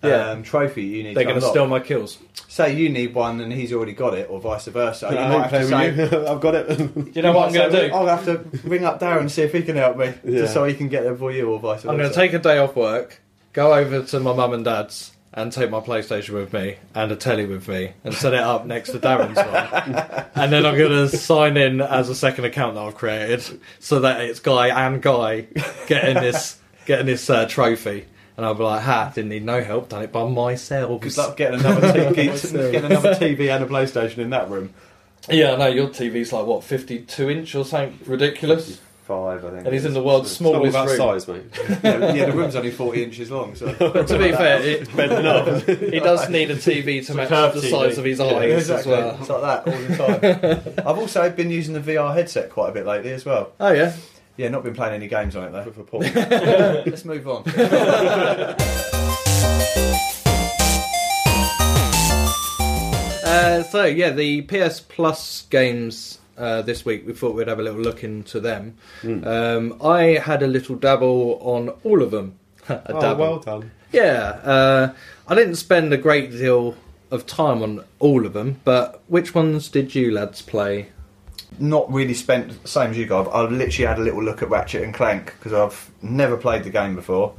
Yeah.
um, trophy, you need.
They're
to
going to
unlock.
steal my kills.
Say you need one and he's already got it, or vice versa. You
I
might have to say,
ain't playing with you. I've got it.
You know what I'm going to do?
I'll have to ring up Darren and see if he can help me,
Yeah.
just so he can get there for you, or vice versa.
I'm going to take a day off work, go over to my mum and dad's, and take my PlayStation with me and a telly with me, and set it up next to Darren's one. And then I'm going to sign in as a second account that I've created, so that it's Guy and Guy getting this getting this uh, trophy. And I'll be like, "Ha! Didn't need no help. Done it by myself."
Good luck getting another TV,
Myself.
getting another TV and a PlayStation in that room.
Yeah, I know your TV's like what 52 inch or something ridiculous,
Five, I think.
and he's in the world's
It's not all
smallest
about
room.
size, mate.
yeah, yeah, the room's only forty inches long, so
But to be fair, it,
Bending up.
he does need a TV to match
curved
the
TV.
size of his eyes
Yeah,
as
exactly.
well.
It's like that all the time. I've also been using the VR headset quite a bit lately as well.
Oh yeah.
Yeah, not been playing any games on it though. Let's move on.
Uh, so yeah, the PS Plus games uh, this week. We thought we'd have a little look into them.
Hmm.
Um, I had a little dabble on all of them. a
Oh,
dabble.
well done.
Yeah, uh, I didn't spend a great deal of time on all of them, but which ones did you lads play?
not really spent same as you guys. I literally had a little look at Ratchet and Clank because I've never played the game before.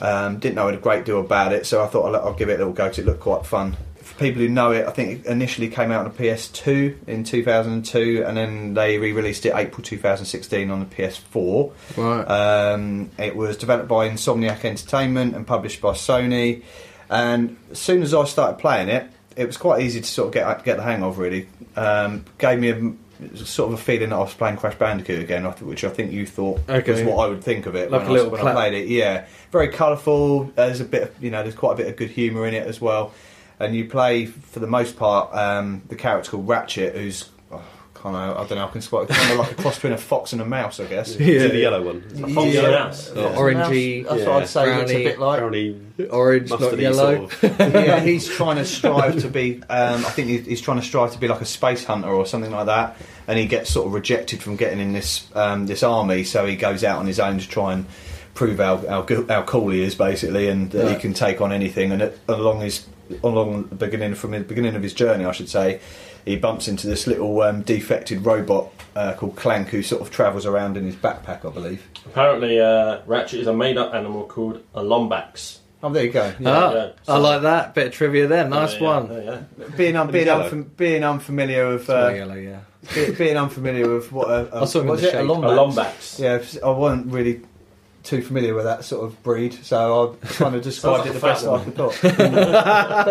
Um, didn't know a great deal about it, so I thought I'll, I'll give it a little go because it looked quite fun. For people who know it, I think it initially came out on the PS2 in 2002, and then they re-released it April 2016 on the PS4.
Right.
Um, it was developed by Insomniac Entertainment and published by Sony. And as soon as I started playing it, it was quite easy to sort of get get the hang of. Really, um, gave me a sort of a feeling that I was playing Crash Bandicoot again, I th- which I think you thought
Okay.
was what I would think of it
Like
when,
a
I,
little
when I
plat-
played it. Yeah, very colourful. uh, There's a bit, of, you know, there's quite a bit of good humour in it as well. And you play for the most part um, the character called Ratchet, who's oh, kind of I don't know, I can spot kind of like a cross between a fox and a mouse, I guess.
Is
Yeah.
it the yellow one?
Fox and a mouse.
Yeah.
Orangey,
That's what
yeah,
I'd say. Looks a
brownie.
bit like.
Apparently,
Orange, not
mustardy
yellow.
sort of.
yeah, he's trying to strive to be. Um, I think he- he's trying to strive to be like a space hunter or something like that. And he gets sort of rejected from getting in this um, this army, so he goes out on his own to try and prove how how, go- how cool he is, basically, and that
Right.
he can take on anything. And at, along his along the beginning from the beginning of his journey, I should say. He bumps into this little um, defected robot uh, called Clank, who sort of travels around in his backpack, I believe.
Apparently, uh, Ratchet is a made-up animal called a lombax.
Oh, there you go. Yeah.
Ah,
yeah.
I like that bit of trivia there. Nice
Yeah, yeah,
one.
yeah, yeah.
being un- being,
yellow.
unfam- being unfamiliar of
Oh,
uh,
yellow, yeah.
be- being unfamiliar with what a, a
I saw him in
was
the
it a
shade.
A
lombax?
lombax.
Yeah, if- I wasn't really too familiar with that sort of breed, so I kind of described
Sounds
it the
like
best
a
I could. But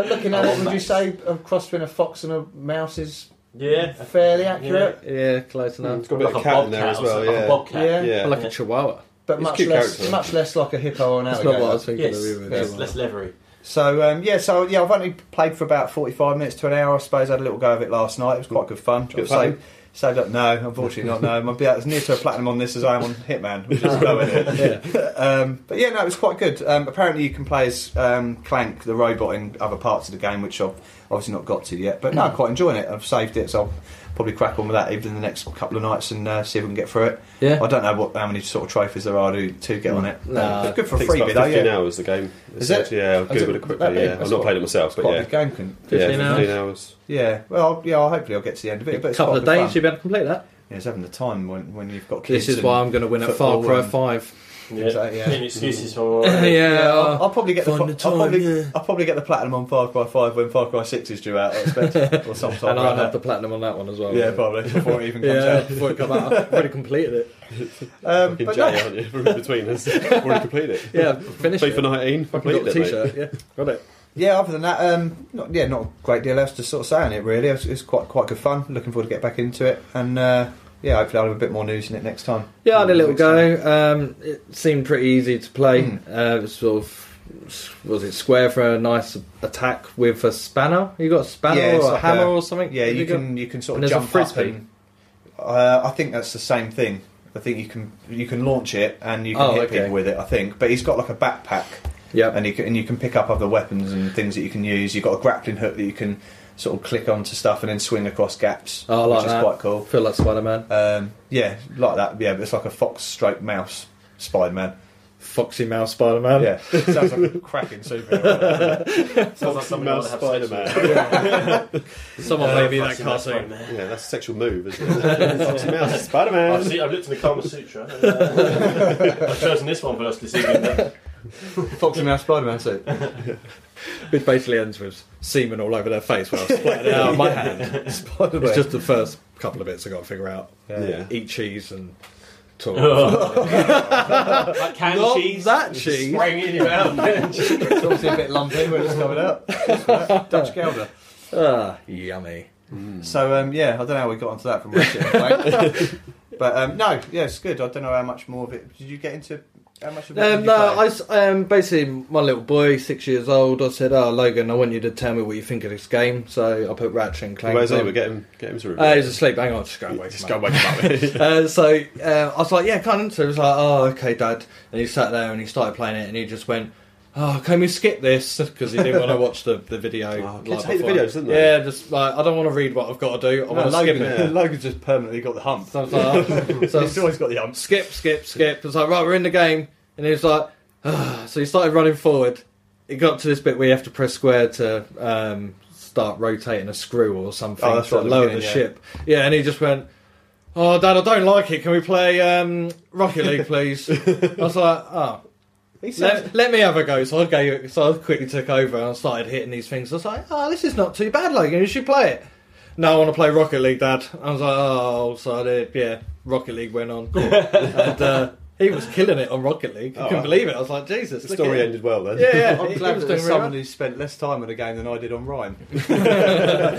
looking at
A
it, would you
lombax.
say a cross between a fox and a mouse is
Yeah.
fairly accurate,
Yeah, close enough.
It's got a bit of cat in there as well.
Like a
Yeah.
bobcat.
Yeah.
Yeah.
Like
Yeah.
a chihuaba.
but
It's
much
cute
less
character.
much less like a hippo or an
That's
alligator?
not what I was thinking.
Yes,
of either,
yes,
chihuahua.
Less, less leathery.
So um, yeah, so yeah, I've only played for about forty-five minutes to an hour, I suppose. I had a little go of it last night. It was quite good fun.
Good
I'd say
fun.
Saved up? No, unfortunately not. No, I'd be as near to a platinum on this as I am on Hitman. Which is low, isn't it? um, but yeah, no, it was quite good. Um, apparently, you can play as um, Clank, the robot, in other parts of the game, which I've obviously not got to yet. But no, I'm quite enjoying it. I've saved it, so I'll probably crack on with that even the next couple of nights and uh, see if we can get through it.
Yeah.
I don't know what how many sort of trophies there are to, to get on it.
Nah,
But good for
I
a
think it's
freebie
about
though.
15
Yeah,
hours the game.
Is
said.
it?
Yeah, I'll
Is it
Googled it
that
quickly.
big?
Yeah, I've
That's
not
what-
played it myself, but
quite a
yeah,
big game. Can,
yeah,
15 hours.
15 hours.
yeah, well, yeah. I'll hopefully I'll get to the end of it. But
A
it's
couple
quite
of
good
days,
fun.
you'll be able to complete that.
Yeah, it's having the time when, when you've got kids.
This is
and-
why I'm going to win at Far
football
Cry
and-
5.
Yeah.
Exactly, yeah.
Any excuses for
yeah.
Yeah, I'll, I'll probably get the,
Find
pla-
the
I'll, probably,
time, yeah.
I'll probably get the platinum on Far Cry Five when Far Cry Six is due out. I expect, or sometime.
and
around
I'll have the
that.
platinum on that one as well.
yeah, probably before it even comes
Yeah, before it come out, I've already completed it.
out. Um,
Fucking
but
Jay,
no,
aren't you? From in between us. Already completed it.
Yeah, finished
FIFA
it.
19,
Fucking got
completed
the
it. mate.
t-shirt. Yeah, got it.
yeah, other than that, um, not, yeah, not a great deal else to sort of say on it. Really, it's, it's quite quite good fun. Looking forward to get back into it, and uh, yeah, hopefully I'll have a bit more news in it next time.
Yeah, I had a little
Next time.
go. Um, it seemed pretty easy to play.
Hmm.
Uh, sort of, was it square for a nice attack with a spanner? You got a spanner
Yeah,
or
it's
a
like
hammer
a-
or something?
Yeah,
Have
you
got-
can you can sort
And
of
there's a
jump up
frisbee.
and uh, I think that's the same thing. I think you can you can launch it and you can
Oh,
hit
okay.
people with it. I think, but he's got like a backpack.
Yep.
and you can, and you can pick up other weapons and things that you can use. You've got a grappling hook that you can sort of click onto stuff and then swing across gaps,
Oh, I like
which is
that.
quite cool.
feel like Spider-Man.
Um, yeah, like that. Yeah, but it's like a fox stroke mouse. Spider Man.
Foxy Mouse Spider-Man.
Yeah. Sounds like a cracking superhero.
Sounds like somebody
Mouse
would have sex with.
Spider-Man.
Someone
Uh,
made me that
Foxy Mouse
cartoon.
Spider-Man.
yeah, that's a sexual move, isn't it? Foxy Mouse, Spider-Man.
I've, seen, I've looked in the Kama Sutra. uh, I've chosen this one first this evening. but-
fox and mouse Spider Man suit.
Which basically ends with semen all over their face while I splattered it out of my hand.
Spider
It's
Man.
just the first couple of bits I got to figure out.
Yeah.
Eat cheese and talk.
like canned
Not
cheese.
that cheese.
Spraying it in your mouth.
It's obviously a bit lumpy when it's coming out. Dutch Gelder.
Ah, yummy.
So um, yeah, I don't know how we got onto that from watching. it, mate. but um, no, yeah, it's good. I don't know how much more of it. Did you get into how much of it? did
Um,
you
no,
play?
I s- um, basically my little boy, six years old. I said, "Oh, Logan, I want you to tell me what you think of this game." So I put Ratchet and Clank.
Where's
on.
he? We're getting, get him to review.
Uh, he's asleep. Hang on, just go away.
Just
mate.
go wake him up.
Uh, so uh, I was like, yeah, can't answer. He was like, oh, okay, dad. And he sat there and he started playing it and he just went, oh, can we skip this? Because he didn't want to watch the, the video.
Oh,
like,
kids hate the
before.
videos, don't they?
Yeah, just like, I don't want to read what I've got to do. I
No,
want to skip
Oh, Logan,
it.
yeah.
Logan's just permanently got the hump.
So I was like, oh. so I
He's always got the hump.
skip, skip, skip. It's like, right, we're in the game. And he was like, ah. so he started running forward. It got to this bit where you have to press square to um, start rotating a screw or something
Oh, that's
to
right, the
lower the
beginning, yeah.
ship. Yeah, and he just went, oh, Dad, I don't like it. Can we play um, Rocket League, please? I was like, oh.
He sounds,
Let, let me have a go. So I gave, so I quickly took over and I started hitting these things. I was like, oh, this is not too bad, Logan. You should play it. No, I want to play Rocket League, Dad. I was like, oh, so I did. Yeah, Rocket League went on, and uh, he was killing it on Rocket League. I
Oh,
couldn't
wow.
believe it. I was like, Jesus,
the
look
story
at him.
ended well then.
Yeah, yeah.
I'm
he- he
glad
was
that
doing
there's
really
someone who spent less time on a game than I did on Rhyme.
well.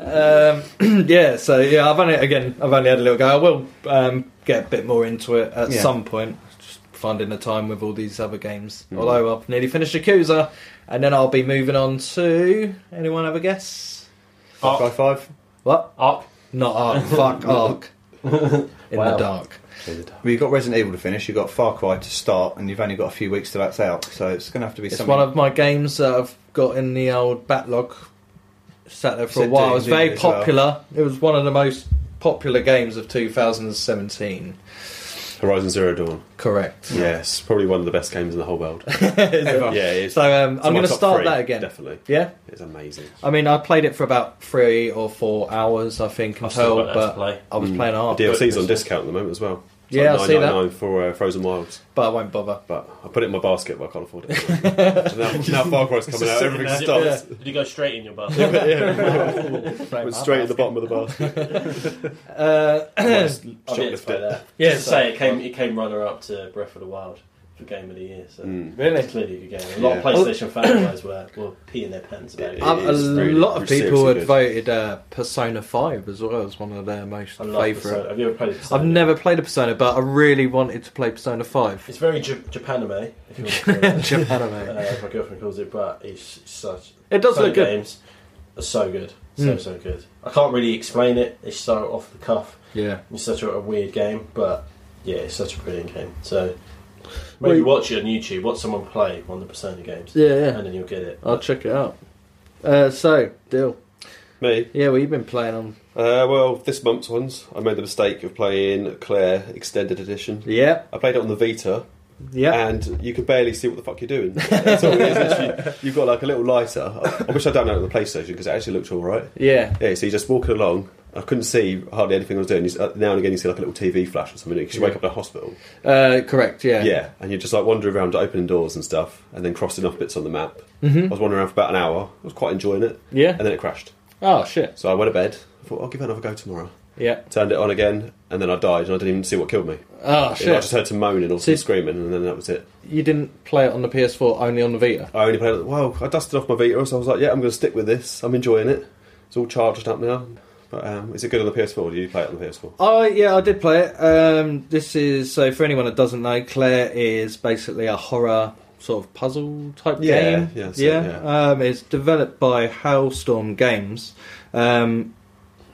um, yeah. So yeah, I've only again, I've only had a little go. I will um, get a bit more into it at
Yeah.
some point. Just Finding the time with all these other games.
Mm.
Although I've nearly finished Yakuza, and then I'll be moving on to. Anyone have a guess?
Far Cry
Arc.
Five.
What?
Arc.
Not Ark. Fuck Ark. In
Wow.
the dark.
Well, you've got Resident Evil to finish. You've got Far Cry to start, and you've only got a few weeks till that's out. So it's going to have to be
It's
something.
one of my games that I've got in the old backlog. Sat there for a
Said
while. It
Doom,
was
didn't
very
it, as well?
popular. It was one of the most popular games of 2017.
Horizon Zero Dawn.
Correct.
Yes, probably one of the best games in the whole world.
Ever.
Yeah, it's,
So um, I'm
my
going to
top
start
three,
that again.
Definitely,
Yeah.
it's amazing.
I mean, I played it for about three or four hours, I think,
I've still
until
got that to
but
play.
I was playing
Mm. The
Ark,
DLC's on discount at the moment as well. It's
Yeah,
like
I see that.
$9.99 for uh, Frozen Wilds,
but I won't bother.
but I put it in my basket, but I can't afford it. And now, now Far Cry's coming out, everything
Sitting
there.
stops.
Did you go straight in your bathroom?
Went straight at the bottom of the basket.
Uh,
I'll be able to
Shoplift
play
it.
that.
Yeah,
Just to say it came, it came runner up to Breath of the Wild for Game of the Year. So
Hmm. really?
it's clearly a good game. A lot of
Yeah.
PlayStation fanboys were, were peeing their pants about it.
Yeah.
Um,
It
a
is really-
lot of
it's seriously
people had
good.
voted uh, Persona 5 as well as one of their most
I love
favourite.
Persona. Have you ever played it?
I've never played a Persona, but I really wanted to play Persona 5.
It's very J- Japanime, if you want to call it.
Japan, mate.
uh, as my girlfriend calls it, but it's such.
It does
Persona
look good.
Games. are so good, so
Mm.
so good. I can't really explain it. It's so off the cuff.
Yeah.
It's such a, a weird game, but yeah, it's such a brilliant game. So maybe
Wait.
watch it on YouTube. Watch someone play one of the Persona games,
Yeah, Oh, yeah.
and then you'll get it.
I'll check it out. Uh, so, Dill.
Me?
Yeah, well, you've been playing on.
Uh, well, this month's ones, I made the mistake of playing Claire Extended Edition.
Yeah,
I played it on the Vita,
yeah.
and you can barely see what the fuck you're doing. That's all it is. literally. You've got like a little lighter. I, I wish I'd done it on the PlayStation because it actually looked all right.
Yeah.
Yeah, so you're just walking along. I couldn't see hardly anything I was doing. You s- uh, now and again, you see like a little TV flash or something because you wake up in a hospital.
Uh, correct, yeah.
Yeah. and you're just like wandering around, opening doors and stuff, and then crossing off bits on the map. I
hmm
was wandering around for about an hour. I was quite enjoying it,
Yeah.
and then it crashed.
Oh, shit.
So I went to bed. I thought I'll give it another go tomorrow.
Yeah.
Turned it on again, and then I died, and I didn't even see what killed me.
Oh,
You know, I
shit.
just heard some moaning or some
See-
screaming, and then that was it.
You didn't play it on the PS4, only on the Vita.
I only played it. Well, I dusted off my Vita, so I was like, yeah, I'm going to stick with this. I'm enjoying it. It's all charged up now. But um, is it good on the PS4? Do you play it on the PS4?
I yeah, I did play it. Um, this is so for anyone that doesn't know, Claire is basically a horror sort of puzzle type
Yeah,
game.
yeah, that's it,
yeah.
yeah.
Um, it's developed by Hailstorm Games, um,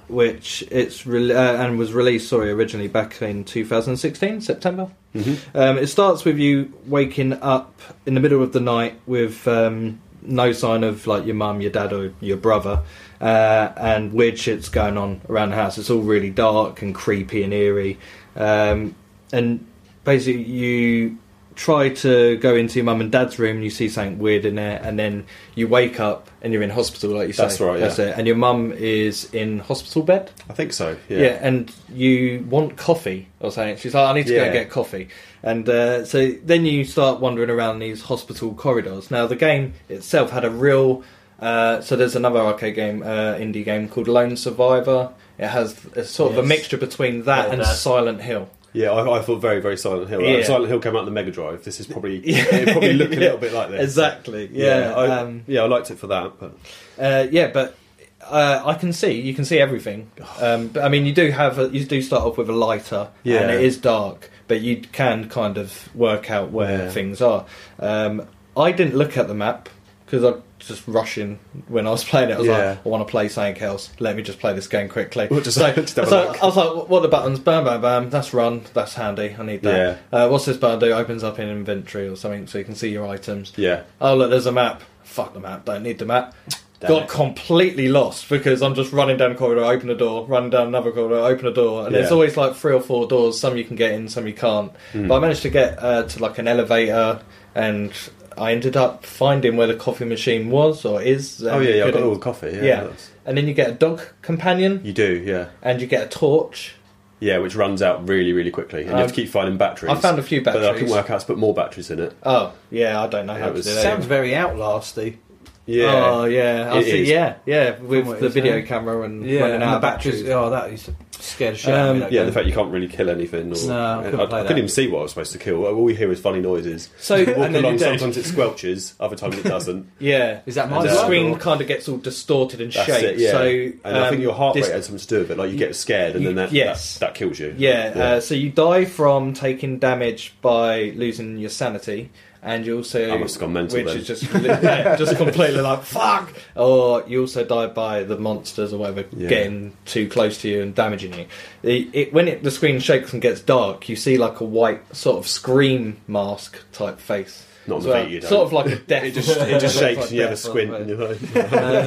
which it's re- uh, and was released sorry originally back in 2016 September.
Mm-hmm.
Um, it starts with you waking up in the middle of the night with um, no sign of like your mum, your dad, or your brother, uh, and weird shit's going on around the house. It's all really dark and creepy and eerie, um, and basically you try to go into your mum and dad's room and you see something weird in there and then you wake up and you're in hospital like you say
That's right, yeah.
it and your mum is in hospital bed
I think so. Yeah.
yeah. and you want coffee or something. She's like, I need to go and
Yeah.
get coffee. And uh, so then you start wandering around these hospital corridors. Now, the game itself had a real. Uh, so there's another arcade game, uh, indie game called Lone Survivor. It has a sort of a
Yes.
mixture between that
Yeah,
and
that.
Silent Hill.
Yeah, I, I thought very, very Silent Hill. Uh,
Yeah.
Silent Hill came out in the Mega Drive. This is probably
Yeah.
it'd probably look a
Yeah.
little bit like this.
Exactly.
Yeah,
Yeah.
I,
um,
yeah, I liked it for that. But
Uh, yeah, but uh, I can see you can see everything. Um, but I mean, you do have a, you do start off with a lighter,
Yeah.
and it is dark, but you can kind of work out where
Yeah.
things are. Um, I didn't look at the map because I was just rushing when I was playing it. I was
Yeah.
like, I want to play something else. Let me just play this game quickly.
We'll just-
so,
just have a
so
look.
I was like, what are the buttons? Bam, bam, bam. That's run. That's handy. I need that. Uh, what's this button do? Opens up in inventory or something, so you can see your items.
yeah,
Oh look, there's a map. Fuck the map. Don't need the map.
Damn
Got
it.
completely lost because I'm just running down a corridor, open a door, running down another corridor, open a door, and there's
Yeah. Hmm.
always like three or four doors. Some you can get in, some you can't. But I managed to get uh, to like an elevator, and I ended up finding where the coffee machine was or is. and
oh yeah, yeah, I got
couldn't-
all the coffee. Yeah,
Yeah.
that's-
And then you get a dog companion,
you do. Yeah,
and you get a torch.
yeah, which runs out really, really quickly, and you have to
Um,
keep finding batteries.
I found a few
but I
batteries.
couldn't work out to put more batteries in it.
Oh yeah, I don't know how
It
to
was-
do that.
Sounds very outlasty.
Yeah,
Oh yeah, I
It
see.
is.
Yeah, yeah, with
what
the
you're
video
saying.
camera and
Yeah,
running
and
out
the
of
batteries.
batteries.
Oh, that used to scare the shit out of me.
Um,
that
yeah,
game.
the fact you can't really kill anything.
No,
Or,
I couldn't
I,
play
couldn't
that.
even see what I was supposed to kill. All we hear is funny noises.
So-
You walk
And then you're
along,
dead.
sometimes it squelches, other times it doesn't.
Yeah,
Is that
my
the
blood
screen
or-
kind of gets all distorted and
That's
shaped?
it, yeah.
So
and I
um,
think your heart rate
this-
has something to do with it. Like you get scared, and
Y-
then that,
yes.
that that kills you.
Yeah, Uh, so you die from taking damage by losing your sanity, and you also
I must have gone mental
which
then.
is just yeah, just completely like fuck. Or you also die by the monsters or whatever
Yeah.
getting too close to you and damaging you. It, it, when it, the screen shakes and gets dark, you see like a white sort of scream mask type face.
Not on
as
the
well.
feet, you don't.
Sort of like a death.
It just it just
Like
shakes, and you have a
death
squint,
on
and
the
you're like,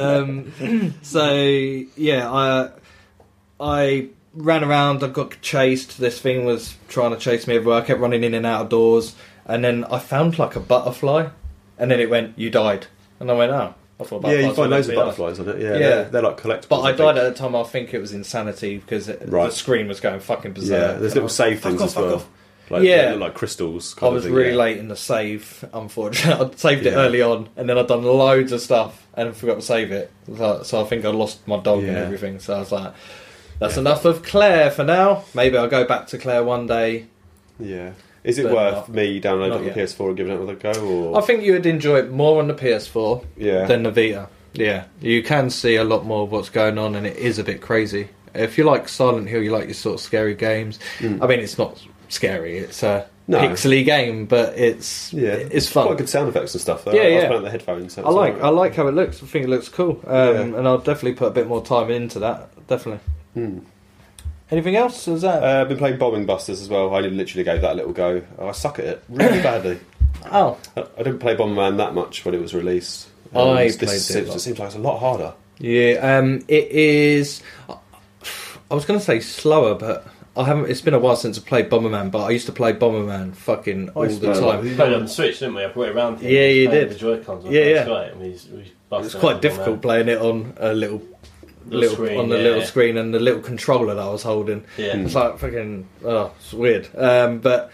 um, so yeah, I I ran around. I got chased. This thing was trying to chase me everywhere. I kept running in and out of doors, and then I found like a butterfly, and then it went, "You died," and I went, "Oh." I thought
yeah, you
butterflies were
find
meant
loads of
to be nice."
butterflies on it. Yeah,
Yeah.
They're, they're like collectibles.
But I
think.
died at the time. I think it was insanity because it, the
Right.
screen was going fucking
Yeah,
berserk. And
there's
I
little save things
off,
as
fuck
well.
off.
Like, they
Yeah.
look like crystals.
I
Kind
was
of thing,
really
yeah.
late in the save, unfortunately. I'd saved it
Yeah.
early on, and then I'd done loads of stuff and forgot to save it. So so I think I lost my dog and
Yeah.
everything. So I was like, that's enough of Claire for now. Maybe I'll go back to Claire one day.
Yeah. Is it
But
worth
not-
me downloading
not
on the
yet.
PS4 and giving it another go? Or
I think you would enjoy it more on the PS4
yeah,
than the Vita. Yeah, you can see a lot more of what's going on, and it is a bit crazy. If you like Silent Hill, you like your sort of scary games.
Mm.
I mean, it's not scary. It's uh,
No.
pixely game, but it's
Yeah,
it's fun.
Quite good sound effects and stuff. Though.
Yeah,
I was
yeah.
playing the headphones. so
I
it's
like I
alright.
like how it looks. I think it looks cool, um,
Yeah.
and I'll definitely put a bit more time into that. Definitely.
Hmm.
Anything else? Is that?
Uh, I've been playing Bombing Busters as well. I literally gave that a little go. Oh, I suck at it really badly.
oh,
I I didn't play Bomberman that much when it was released. Um,
I
this
played it a
seems,
lot.
it seems like it's a lot harder.
yeah. Um, it is. I was going to say slower, but I haven't. It's been a while since I played Bomberman, but I used to play Bomberman fucking all
used to
the
play
time.
We played on the Switch, didn't we? I brought it around here.
Yeah, you
Played
did.
The Joy-Cons.
Yeah, yeah.
That's right. And we, we busted
It's
it
quite
up on
difficult
that
playing it on a little little
screen,
on the
yeah.
little screen and the little controller that I was holding.
Yeah.
It's like fucking oh, it's weird. Um, but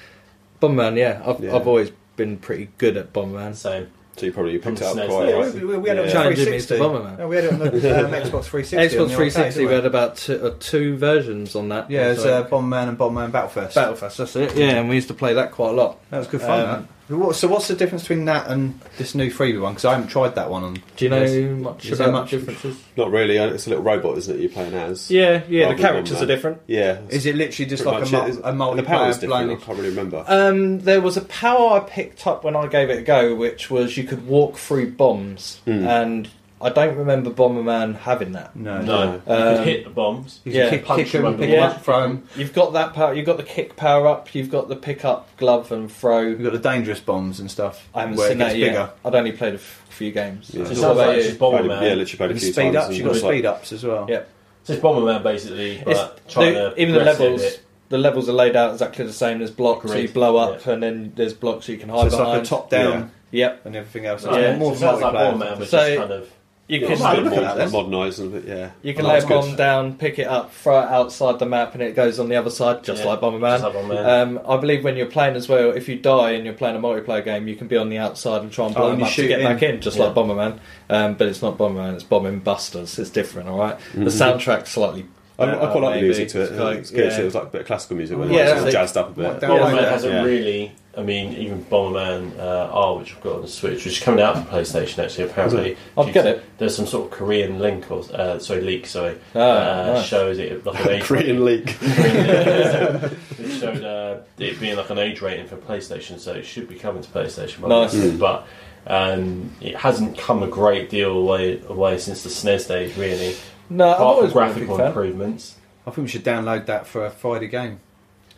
Bomberman, yeah, I've
Yeah.
I've always been pretty good at Bomberman.
Same.
So you probably picked it up
Snake
quite.
Snake.
a
Yeah,
lot.
we, we, we had it on
Yeah.
Challenging me to
360.
Bomberman.
No, we had it on the um, Xbox 360. on the
Xbox
arcade,
360, we
didn't
had about two, uh, two versions on that.
Yeah, it's
So-
uh, Bomberman and Bomberman Battlefest.
Battlefest, that's it. Yeah, and we used to play that quite a lot.
That was good fun.
Um,
that. What- So what's the difference between that and this new freebie one? Because I haven't tried that one. On
Do you know
Yes.
much
Is there
about
much-
much differences?
Not really. It's a little robot, isn't it? You're playing as.
Yeah, yeah,
Rather
the
than
characters
Bomberman.
are different.
Yeah.
Is it literally just
pretty
like a,
much
mul-
it. It's-
a
and the power is
multiplayer
different. I
blindly?
can't really remember.
Um, there was a power I picked up when I gave it a go, which was you could walk through bombs,
Hmm.
and I don't remember Bomberman having that.
No,
No. you
Um,
could hit the bombs.
You
Yeah.
yeah, kick,
Punch
kick him,
him
pick
under
him
the
up, throw him.
You've got that power. You've got the kick power up. You've got the pick up glove and
We've
throw.
got the dangerous bombs and stuff.
I haven't
where
seen
it gets
that yet.
bigger.
I'd only played a f- few games. So
Yeah.
It
what
sounds
about
like
you?
it's Bomberman.
Played it- yeah, literally played
And
a few
speed
times.
ups.
and
You've got
it's like-
speed ups as well.
Yeah.
So it's Bomberman basically
It's-
like, trying
the-
to
even the
progress it a
levels.
bit.
The levels are laid out exactly the same. There's blocks you
Grid,
blow up, and then there's blocks you can
So
hide
it's
behind.
like a top down
Yeah.
Yep,
and everything else.
Right.
Yeah.
It's more
so it sounds like
multiplayer.
Bomberman, but
So-
just kind of
you
Yeah,
can
it's a bit
look at
more
that then.
modernised and a bit- yeah.
you can
Oh,
lay a
that's
bomb
good.
down, pick it up, throw it outside the map, and it goes on the other side, just
yeah,
like Bomberman.
just like Bomberman.
Um, I believe when you're playing as well, if you die and you're playing a multiplayer game, you can be on the outside and try and blow
Oh, and
them
you
up to
shoot
get
in.
back in, just
Yeah.
like Bomberman. Um, but it's not Bomberman; it's Bombing Busters. It's different, all right?
Mm-hmm.
The soundtrack's slightly.
I, I quite
better,
like the
maybe.
music to it.
It's quite-
It's good.
yeah.
So it was like a bit of classical music when
Yeah,
it was
that's it.
jazzed up a bit.
Down-
Bomberman
like that,
hasn't
yeah.
really. I mean, even Bomberman uh, R, which I've got on the Switch, which is coming out for PlayStation actually. Apparently,
I'll get it.
There's some sort of Korean link or uh, sorry leak. Sorry,
Ah,
uh,
nice.
shows it like an age
Korean leak.
It showed uh, it being like an age rating for PlayStation, so it should be coming to PlayStation. by
Nice.
then. but um, it hasn't come a great deal away away since the SNES days, really.
No, Uh, I've
Apart from
always been a big
graphical
fan.
improvements,
I think we should download that for a Friday game.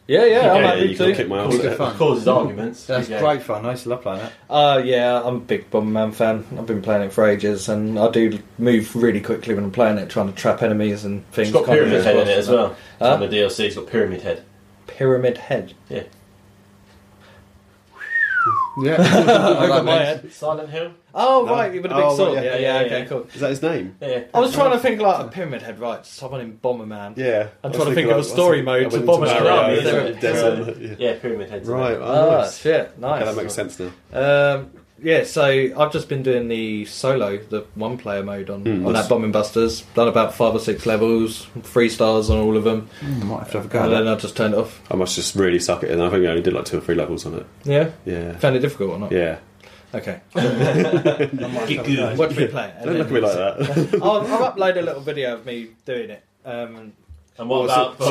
Yeah, yeah, I'm
Yeah,
happy
you can
to.
kick my
Pretty
ass.
good
at it.
fun.
it causes arguments.
That's
yeah.
great fun. I used to love playing that.
Uh, yeah, I'm a big Bomberman fan. I've been playing it for ages, and I do move really quickly when I'm playing it, trying to trap enemies and things.
It's got
Can't
Pyramid
really
Head in it
response
as well. It's
Huh?
on the DLC, it's got Pyramid Head.
to that. Pyramid Head.
Yeah.
Yeah,
Over my head.
Silent Hill?
Oh,
No.
right, with a big
Oh,
sword.
yeah,
Yeah, yeah,
yeah, yeah.
okay, cool.
Is that his name?
Yeah.
I was trying to think like a Pyramid Head, right? Someone in Bomberman.
Yeah.
I'm
I
trying to
was
think
thinking
of a
like-
story
I
mode
went
to
into
Bomberman
Mario,
Army,
yeah,
isn't it?
desert, yeah.
Yeah, Pyramid Head's in it.
Right.
Ah,
oh, nice.
shit, nice.
Yeah, that makes sense now.
Um, yeah, so I've just been doing the solo, the one player mode on,
Hmm.
on that Bombing Busters. Done about five or six levels, three stars on all of them,
Hmm, might have to have a
and then
go.
I just turned it off.
I must just really suck at it. And I think we only did like two or three levels on it.
Yeah?
Yeah.
Found it difficult or not?
Yeah.
Okay.
Get good.
What do we play?
Don't look at me like that.
I'll, I'll upload a little video of me doing it. Um,
And what about... God,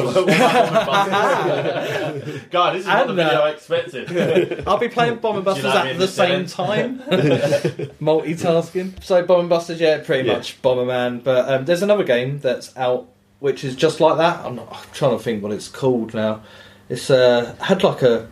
this is not
And,
the video
uh,
I expected.
I'll be playing Bomb and Busters
Do you know what I
at
mean?
the same time, multitasking. So Bomb and Busters, yeah, pretty
Yeah.
much Bomberman. But um, there's another game that's out which is just like that. I'm, not, I'm trying to think what it's called now. It's uh, had like a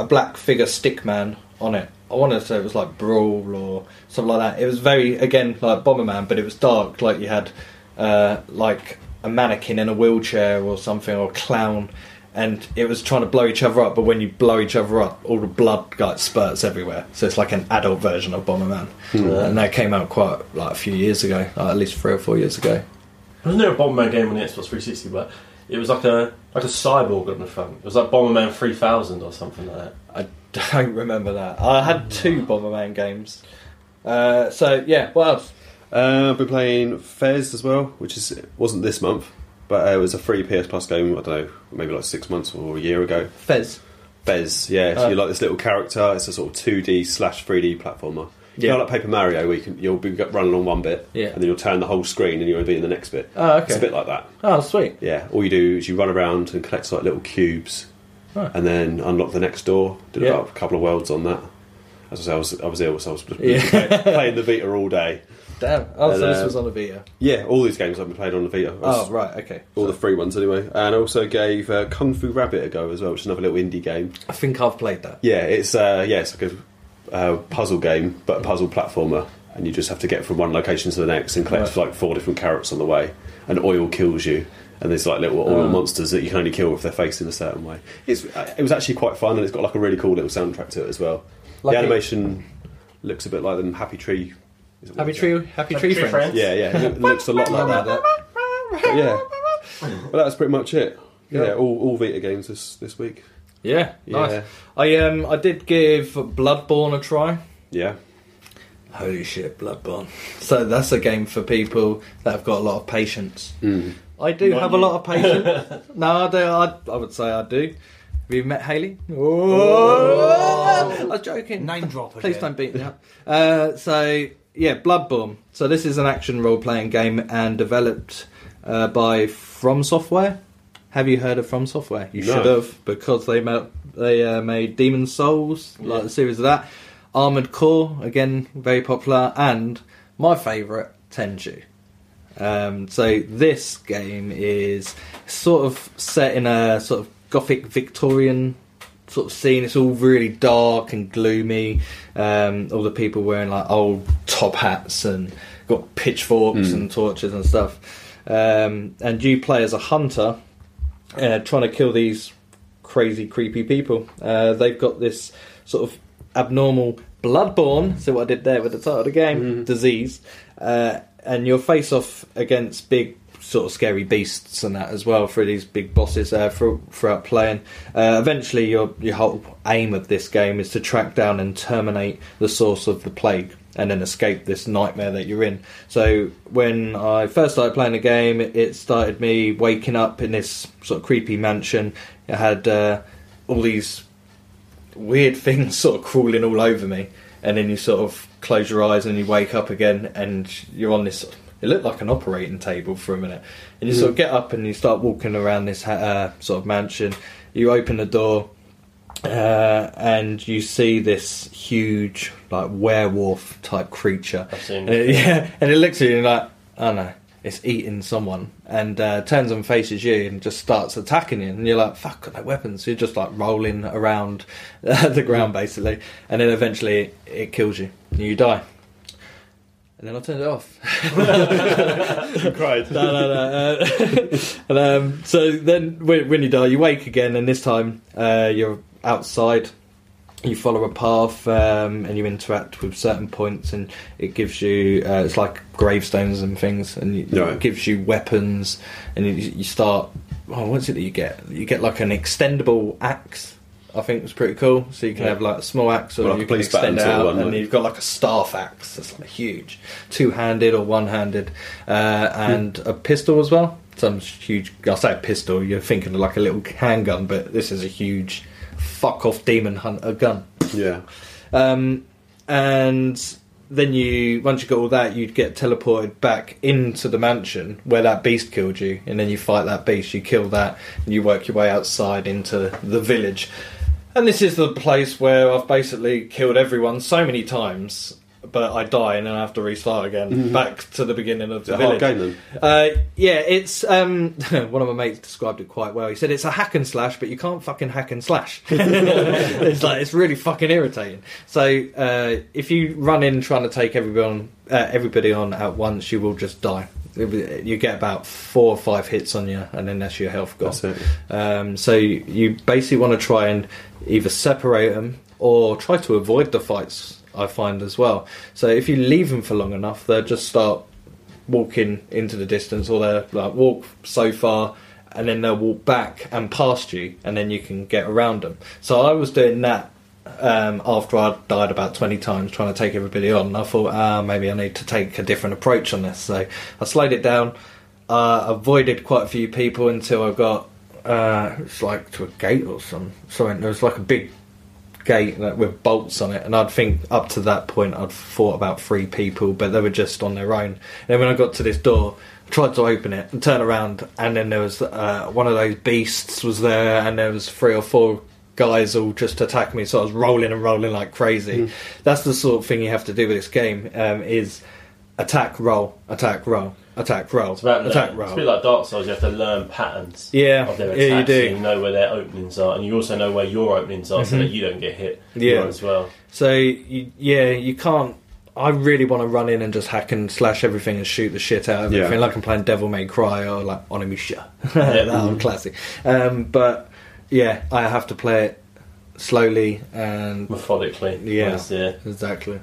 a black figure stick man on it. I want to say it was like Brawl or something like that. It was very again like Bomberman, but it was dark. Like you had uh, like a mannequin in a wheelchair or something, or a clown, and it was trying to blow each other up. But when you blow each other up, all the blood like spurts everywhere. So it's like an adult version of Bomberman, Uh, and that came out quite like a few years ago, like, at least three or four years ago.
Wasn't there a Bomberman game on the Xbox 360? But it was like a like a cyborg on the front. It was like Bomberman 3000 or something like that.
I don't remember that. I had two Bomberman games. Uh, so yeah, what else?
Uh, I've been playing Fez as well, which is wasn't this month, but uh, it was a free PS Plus game. I don't know, maybe like six months or a year ago.
Fez.
Fez, yeah. So
Oh.
you're like this little character. It's a sort of 2D slash 3D platformer. You
Yeah.
know, like Paper Mario, where you can, you'll be running along one bit,
Yeah.
and then you'll turn the whole screen, and you'll be in the next bit.
Oh, okay.
It's a bit like that.
Oh, sweet.
Yeah. All you do is you run around and collect like little cubes,
Oh.
and then unlocked the next door. Did
Yeah.
about a couple of worlds on that. As I say, I was, I was ill, so I was just
Yeah.
playing, playing the Vita all day.
Damn. Oh, so
And,
this
uh,
was on a Vita.
Yeah, all these games I've been playing on the Vita. I was-
Oh, right, okay.
All the free ones, anyway. And I also gave uh, Kung Fu Rabbit a go as well, which is another little indie game.
I think I've played that.
Yeah, it's uh, yeah, it's like a uh, puzzle game, but a puzzle platformer, and you just have to get from one location to the next and collect like four different carrots on the way. And oil kills you, and there's like little
Oh.
oil monsters that you can only kill if they're faced in a certain way. It's uh, it was actually quite fun, and it's got like a really cool little soundtrack to it as well.
Like
the
it-
animation looks a bit like them Happy Tree. is it what
Happy
it's-
Tree, happy tree,
Tree
friends.
Friends.
Yeah, yeah, it loo- looks a lot like that. Yeah, well, that was pretty much it. Yeah,
Yeah.
all, all Vita games this this week.
Yeah, nice.
Yeah.
I um I did give Bloodborne a try.
Yeah,
Holy shit, Bloodborne! So that's a game for people that have got a lot of patience. I do
Not
have a
you.
lot of patience. no, I, do, I I would say I do. Have you met Haley? Oh. I was joking.
Name drop
Please
again.
don't beat me up. Uh, so yeah, Bloodborne. So this is an action role playing game and developed uh, by From Software. Have you heard of From Software? You
No.
should have because they made, they uh, made Demon Souls, like the series of that. Armored Core, again very popular, and my favourite Tenchu. Um, so this game is sort of set in a sort of gothic Victorian sort of scene. It's all really dark and gloomy. Um, all the people wearing like old top hats and got pitchforks and torches and stuff. Um, and you play as a hunter uh, trying to kill these crazy, creepy people. Uh, they've got this sort of abnormal bloodborne, so what I did there with the title of the game, disease, uh, and you're face off against big, sort of scary beasts and that as well through these big bosses uh, thro- throughout playing. Uh, eventually, your your whole aim of this game is to track down and terminate the source of the plague and then escape this nightmare that you're in. So when I first started playing the game, it started me waking up in this sort of creepy mansion. It had uh, all these weird things sort of crawling all over me, and then you sort of close your eyes and you wake up again, and you're on this. It looked like an operating table for a minute, and you sort of get up and you start walking around this ha- uh, sort of mansion. You open the door, uh, and you see this huge like werewolf type creature.
I've seen
And it- yeah, and it looks at you and you're like, oh no, it's eating someone, and uh, turns and faces you and just starts attacking you, and you're like, fuck, got no weapons. So you're just like rolling around the ground basically, and then eventually it, it kills you, and you die. And then I turned it off.
you cried.
no, no, no. Uh, and, um, so then, when, when you die, you wake again, and this time uh, you're outside. You follow a path, um, and you interact with certain points, and it gives you. Uh, it's like gravestones and things, and you,
Right.
it gives you weapons, and you, you start. Oh, what's it that you get? You get like an extendable axe. I think was pretty cool. So you can
Yeah.
have like a small axe, or
Well, like
you
a
can
police baton
extend it
sort of
out,
one,
and
like-
you've got like a staff axe that's like huge, two handed or one handed, uh,
Hmm.
and a pistol as well. Some huge. I say pistol. You're thinking of like a little handgun, but this is a huge fuck off demon hunter gun.
Yeah,
Um, and then you, once you got all that, you'd get teleported back into the mansion where that beast killed you, and then you fight that beast, you kill that, and you work your way outside into the village. And this is the place where I've basically killed everyone so many times, but I die and then I have to restart again, back to the beginning of
it's
the
a Mm-hmm. hard
village.
game then.
Uh, yeah, it's um, one of my mates described it quite well. He said it's a hack and slash, but you can't fucking hack and slash. it's like it's really fucking irritating. So uh, if you run in trying to take everyone uh, everybody on at once, you will just die. You get about four or five hits on you, and then that's your health gone.
That's it.
Um, so you, you basically want to try and either separate them or try to avoid the fights. I find as well. So if you leave them for long enough, they'll just start walking into the distance, or they'll like walk so far, and then they'll walk back and past you, and then you can get around them. So I was doing that um, after I died about 20 times trying to take everybody on. And I thought, ah, maybe I need to take a different approach on this. So I slowed it down, uh, avoided quite a few people until I got, uh, it's like to a gate or some something. There was like a big gate that- with bolts on it, and I'd think up to that point I'd fought about three people, but they were just on their own. And then when I got to this door, I tried to open it and turn around, and then there was uh, one of those beasts was there, and there was three or four guys all just attack me, so I was rolling and rolling like crazy. That's the sort of thing you have to do with this game: um, is attack, roll, attack, roll, attack, roll,
It's about
attack,
learning.
roll.
It's a bit like Dark Souls. You have to learn patterns.
Yeah.
of their
Yeah, you
attacks.
do. Mm-hmm.
So you know where their openings are, and you also know where your openings are, so that you don't get hit.
Yeah.
as well.
So you, yeah, you can't. I really want to run in and just hack and slash everything and shoot the shit out of
Yeah.
everything, like I'm playing Devil May Cry or like Onimusha.
Yeah.
that
Mm.
old classic. Um, but yeah, I have to play it slowly and
Methodically.
Yeah.
Yes, yeah.
exactly.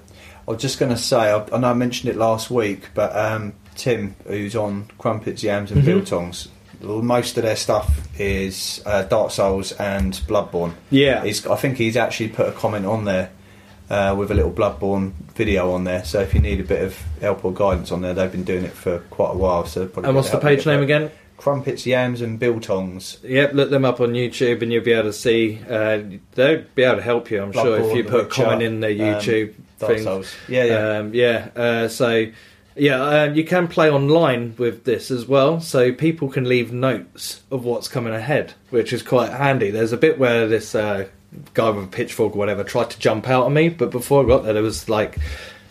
I was just going to say, I, I know I mentioned it last week, but um, Tim, who's on Crumpets, Yams,
Mm-hmm.
and Biltongs, most of their stuff is uh, Dark Souls and Bloodborne.
Yeah,
He's, I think he's actually put a comment on there uh, with a little Bloodborne video on there. So if you need a bit of help or guidance on there, they've been doing it for quite a while. So probably
and what's the
get
page
help with it.
name again?
Crumpets, Yams, and Biltongs.
Yep, look them up on YouTube, and you'll be able to see. Uh, they'll be able to help you, I'm sure, if
Bloodborne,
you
The
put a
Witcher,
comment in their
um,
YouTube
Dark
thing.
Souls. Yeah, yeah.
Um, yeah. Uh, so, yeah, um, you can play online with this as well. So people can leave notes of what's coming ahead, which is quite handy. There's a bit where this uh, guy with a pitchfork or whatever tried to jump out at me, but before I got there, there was like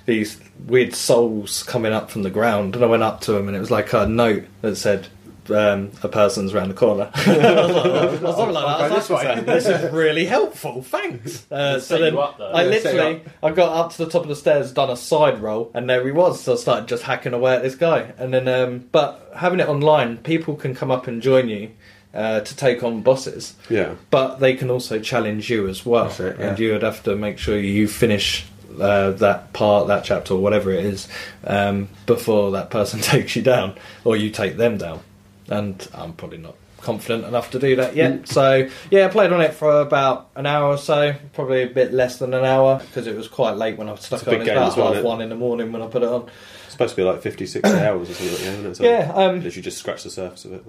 these weird souls coming up from the ground, and I went up to him, and it was like a note that said. Um, a person's around the corner. I was like, I was like, this is really helpful, thanks. Uh,
Set
so
you
then
up, though.
I
Yeah,
set you
literally, I got up to the top of the stairs, done a side roll, and there he was. So I started just hacking away at this guy. And then, um, but having it online, people can come up and join you uh, to take on bosses,
Yeah.
but they can also challenge you as well.
That's it,
And
yeah.
you would have to make sure you finish. Uh, that part, that chapter, or whatever it is, um, before that person takes you down or you take them down. And I'm probably not confident enough to do that
Mm.
yet. So, yeah, I played on it for about an hour or so, probably a bit less than an hour because it was quite late when I stuck
It's
it
a
on.
big
It's
game
about
as well,
half
isn't it?
one in the morning when I put it on.
It's supposed to be like 50, 60 hours or something like that, isn't it? So
Yeah, um,
Literally just scratch the surface of it.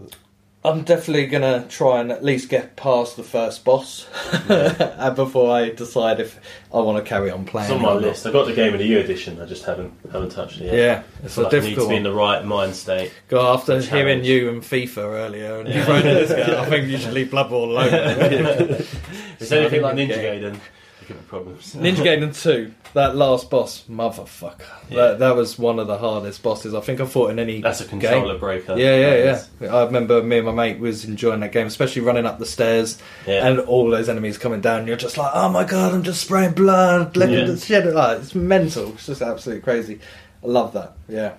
I'm definitely gonna try and at least get past the first boss and before I decide if I want to carry on playing.
It's on my
or not.
list. I got the Game of the Year edition. I just haven't haven't touched it yet.
Yeah, it's
So
a
like, I need to
difficult
be in
one.
the right mind state.
Go after
the
hearing
challenge.
you and FIFA earlier, and you thrown in this game, I think you should leave Bloodborne alone.
If it's anything like
Yeah.
Ninja Gaiden, there could be problems.
Ninja Gaiden 2, that last boss, motherfucker.
Yeah.
That, that was one of the hardest bosses I think I fought in any
That's a
game.
controller breaker.
Yeah, yeah,
That's-
yeah. I remember me and my mate was enjoying that game, especially running up the stairs
Yeah.
and all those enemies coming down. You're just like, oh my god, I'm just spraying blood. Look
Yeah.
at the shit. Like, it's mental. It's just absolutely crazy. I love that. Yeah.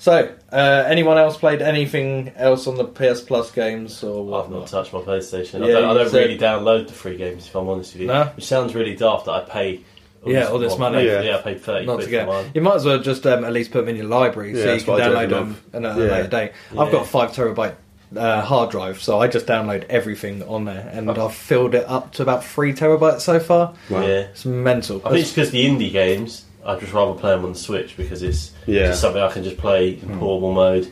So, uh, anyone else played anything else on the PS Plus games or
I've not
whatnot?
touched my PlayStation. I
Yeah,
don't, I
you
don't
said-
really download the free games if I'm honest with you.
No?
Which sounds really daft that I pay.
Yeah, all this
well,
money.
Yeah.
Yeah.
I paid thirty
Not
quid
to
for
get.
mine.
You might as well just um, at least put them in your library
Yeah,
so you
that's
can
what I do
download
every
them at a
Yeah.
later date.
Yeah.
I've got a five terabyte uh, hard drive, so I just download everything on there, and
Oh.
I've filled it up to about three terabytes so far.
Wow.
Yeah,
It's mental.
I think it's because the indie games. I'd just rather play them on the Switch because it's
Yeah.
just something I can just play in
Hmm.
portable mode.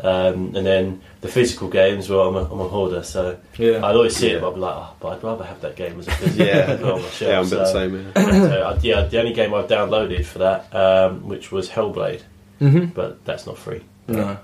Um, and then the physical games, well, I'm a, I'm a hoarder, so
Yeah.
I'd always see it,
Yeah.
but I'd be like, oh, but I'd rather have that game as a physical
Yeah.
than on my shelf.
Yeah, I'm a bit
Oh, so,
the same. Yeah.
so I, yeah, the only game I've downloaded for that, um, which was Hellblade,
hmm
but that's not free.
No.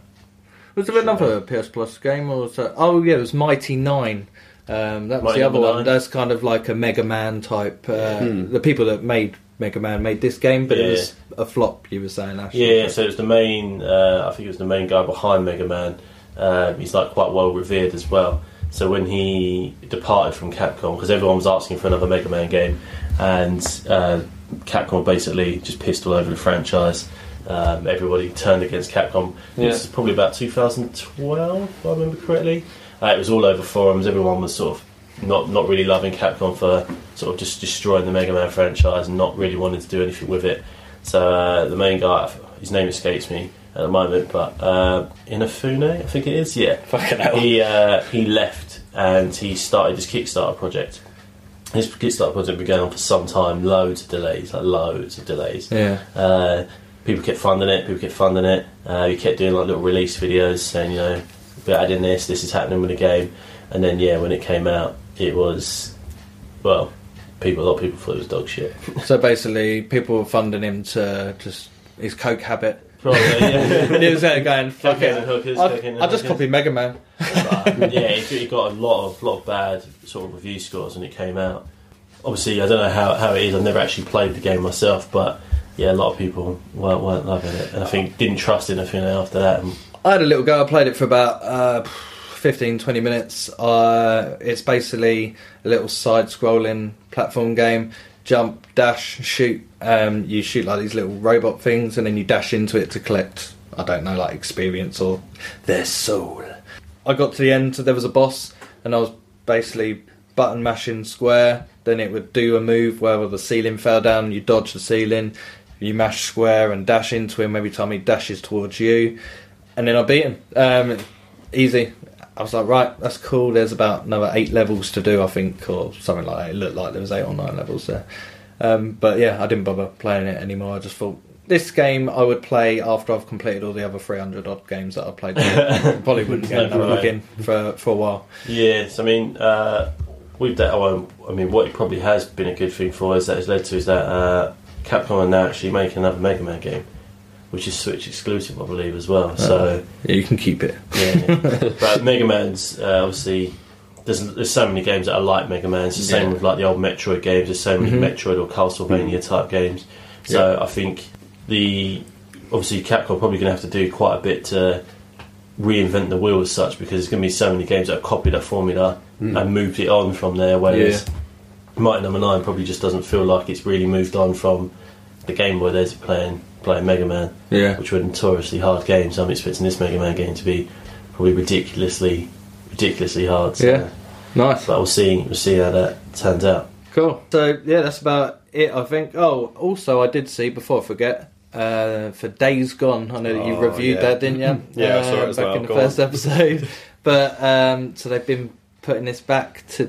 Was there another PS Plus game, or was that? Oh yeah, it was Mighty Nine. Um, that was
Mighty
the other
Number
one.
Nine. Hmm.
That's kind of like a Mega Man type. Uh, The people that made Mega Man made this game, but
Yeah.
it was a flop. You were saying, Ash.
Yeah, yeah, so it was the main. Uh, I think it was the main guy behind Mega Man. Um, he's like quite well revered as well. So when he departed from Capcom, because everyone was asking for another Mega Man game, and uh, Capcom basically just pissed all over the franchise. Um, everybody turned against Capcom.
Yeah.
This is probably about 2012, if I remember correctly. Uh, it was all over forums. Everyone was sort of not not really loving Capcom for sort of just destroying the Mega Man franchise and not really wanting to do anything with it. So uh, the main guy, his name escapes me at the moment, but uh, Inafune, I think it is. Yeah,
Fucking hell.
He uh, he left and he started his Kickstarter project. His Kickstarter project been going on for some time. Loads of delays, like loads of delays.
Yeah.
Uh, people kept funding it. People kept funding it. Uh, you kept doing like little release videos saying, you know, we're adding this. This is happening with the game. And then yeah, when it came out, it was well, people, a lot of people thought it was dog shit.
So basically, people were funding him to just his coke habit.
Probably, yeah.
And he was there going, fuck
Cocaine
it.
and hookers,
I'll,
cocaine and
I'll just
hookers.
copy Mega Man.
But, yeah, it, it got a lot of lot of bad sort of review scores when it came out. Obviously, I don't know how, how it is. I've never actually played the game myself, but yeah, a lot of people weren't, weren't loving it, and I think didn't trust anything after that. And
I had a little go. I played it for about uh, 15, 20 minutes. Uh, it's basically a little side-scrolling platform game. Jump, dash, shoot. Um, you shoot like these little robot things, and then you dash into it to collect. I don't know, like experience or their soul. I got to the end. There was a boss, and I was basically button mashing square. Then it would do a move where the ceiling fell down. You dodge the ceiling. You mash square and dash into him every time he dashes towards you and then I beat him. Um, easy. I was like, right, that's cool. There's about another eight levels to do, I think, or something like that. It looked like there was eight or nine levels there. Um, but yeah, I didn't bother playing it anymore. I just thought this game I would play after I've completed all the other 300 odd games that I've played. Probably wouldn't get another
Right.
look in for for a while.
Yes, I mean, uh, with that, oh, I mean, what it probably has been a good thing for is that has led to is that uh, Capcom are now actually making another Mega Man game, which is Switch exclusive, I believe, as well. So,
Yeah, you can keep it.
yeah. but Mega Man's uh, obviously. There's, there's so many games that are like Mega Man. It's the same
Yeah.
with like the old Metroid games. There's so many
Mhm.
Metroid or Castlevania type games. So I think the obviously Capcom are probably going to have to do quite a bit to reinvent the wheel as such because there's going to be so many games that have copied that formula and moved it on from there. Whereas Mighty Number Nine probably just doesn't feel like it's really moved on from the Game Boy days of playing playing Mega Man,
Yeah.
which were notoriously hard games. I'm expecting this Mega Man game to be probably ridiculously ridiculously hard. So,
Yeah. Nice.
but we'll see we'll see how that turns out.
Cool. So yeah, that's about it. I think. Oh, also, I did see before I forget. Uh, for Days Gone, I know that you
Oh,
reviewed
yeah.
that, didn't you?
Yeah, I
uh,
saw it as
back
well.
in the
Go
first episode. But um, so they've been putting this back to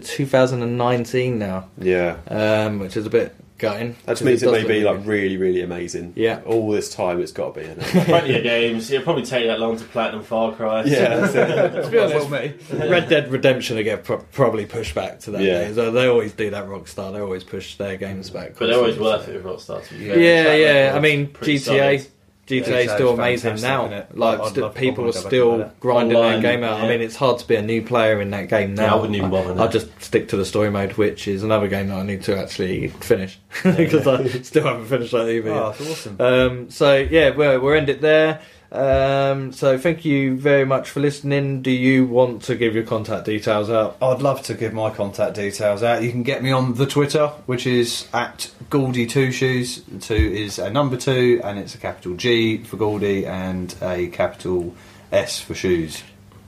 2019 now,
Yeah.
um, which is a bit gutting.
That
because
means it
does
may
look
be
good.
like really, really amazing.
Yeah.
All this time, it's got to be. isn't it?
Plenty of games. It'll probably take that long to platinum Far Cry.
yeah. That's it.
To be honest, Red Dead Redemption will get pro- probably pushed back to that
Yeah.
day. So they always do that. Rockstar, they always push their games back.
But they're always
constantly,
worth
so.
it with Rockstar. to be
Yeah,
fair.
yeah.
Track
I
record's
mean,
pretty
GTA.
solid.
GTA is
Yeah,
still
it's
amazing
fantastic,
now.
isn't it?
Like,
I'd
st-
love- I
people are
wanna go back and play
still
that.
grinding
Online,
their game out. I
yeah.
mean, it's hard to be a new player in that game now.
Yeah, I wouldn't even bother now.
I'll just stick to the story mode, which is another game that I need to actually finish because I still haven't finished that either.
Oh,
yet.
that's awesome.
Um, so yeah, we'll, we'll end it there. Um, so thank you very much for listening. Do you want to give your contact details out?
I'd love to give my contact details out. You can get me on the Twitter, which is at Goldie Two Shoes. Two is a number two, and it's a capital G for Goldie and a capital S for shoes.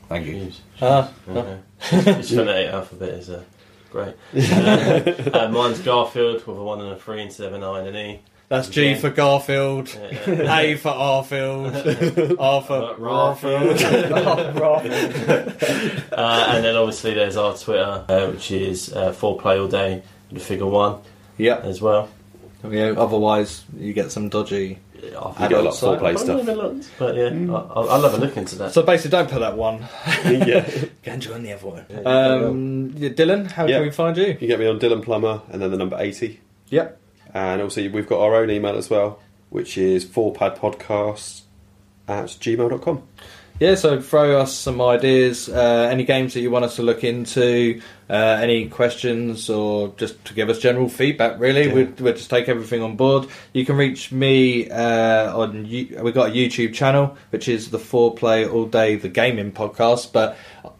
Thank you.
Jeez.
Ah,
Okay. Just trying to eight alphabet is uh, great. Uh, uh, mine's Garfield with a one and a three instead of a nine and E. Uh,
that's G
Yeah.
for Garfield,
Yeah,
A for Arfield, R for
But Garfield.
Garfield.
uh, and then obviously there's our Twitter, uh, which is uh, four play all day, the figure one
Yep.
as well.
Yeah, otherwise you get some dodgy.
I
You get a lot Mm. of
Adult
foreplay
I've
stuff.
never looked, but yeah, I- I'll, I'll have a look into that.
So basically, don't put that one.
yeah. You
Go and join the other one.
Yeah,
Um, yeah, Dylan, how
Yeah.
can we find you?
can get me on Dylan Plummer and then the number 80.
Yep.
And also, we've got our own email as well, which is fourpadpodcast at gmail.com.
Yeah, so throw us some ideas, uh, any games that you want us to look into, uh, any questions, or just to give us general feedback, really.
Yeah.
We'd, we'd just take everything on board. You can reach me uh, on. You- We've got a YouTube channel, which is the Four Play All Day the Gaming Podcast, but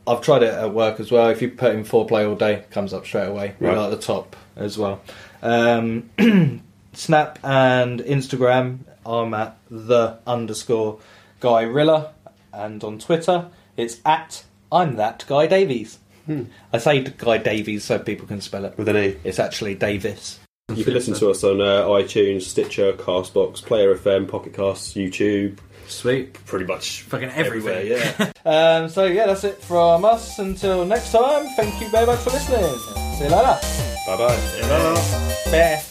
I've tried it at work as well. If you put in Four Play All Day, it comes up straight away. We're
Right.
like at the top as well. Um, Snap and Instagram, I'm at the underscore guy Rilla, and on Twitter, it's at I'm that guy Davies. I say Guy Davies so people can spell it.
With an E.
It's actually Davis.
You can listen to us on uh, iTunes, Stitcher, Castbox, Player FM, Pocket Casts, YouTube.
Sweet.
Pretty much
Fucking
yeah.
Um, so yeah, that's it from us. Until next time, thank you very much for listening. See you later.
bye bye.
Bye.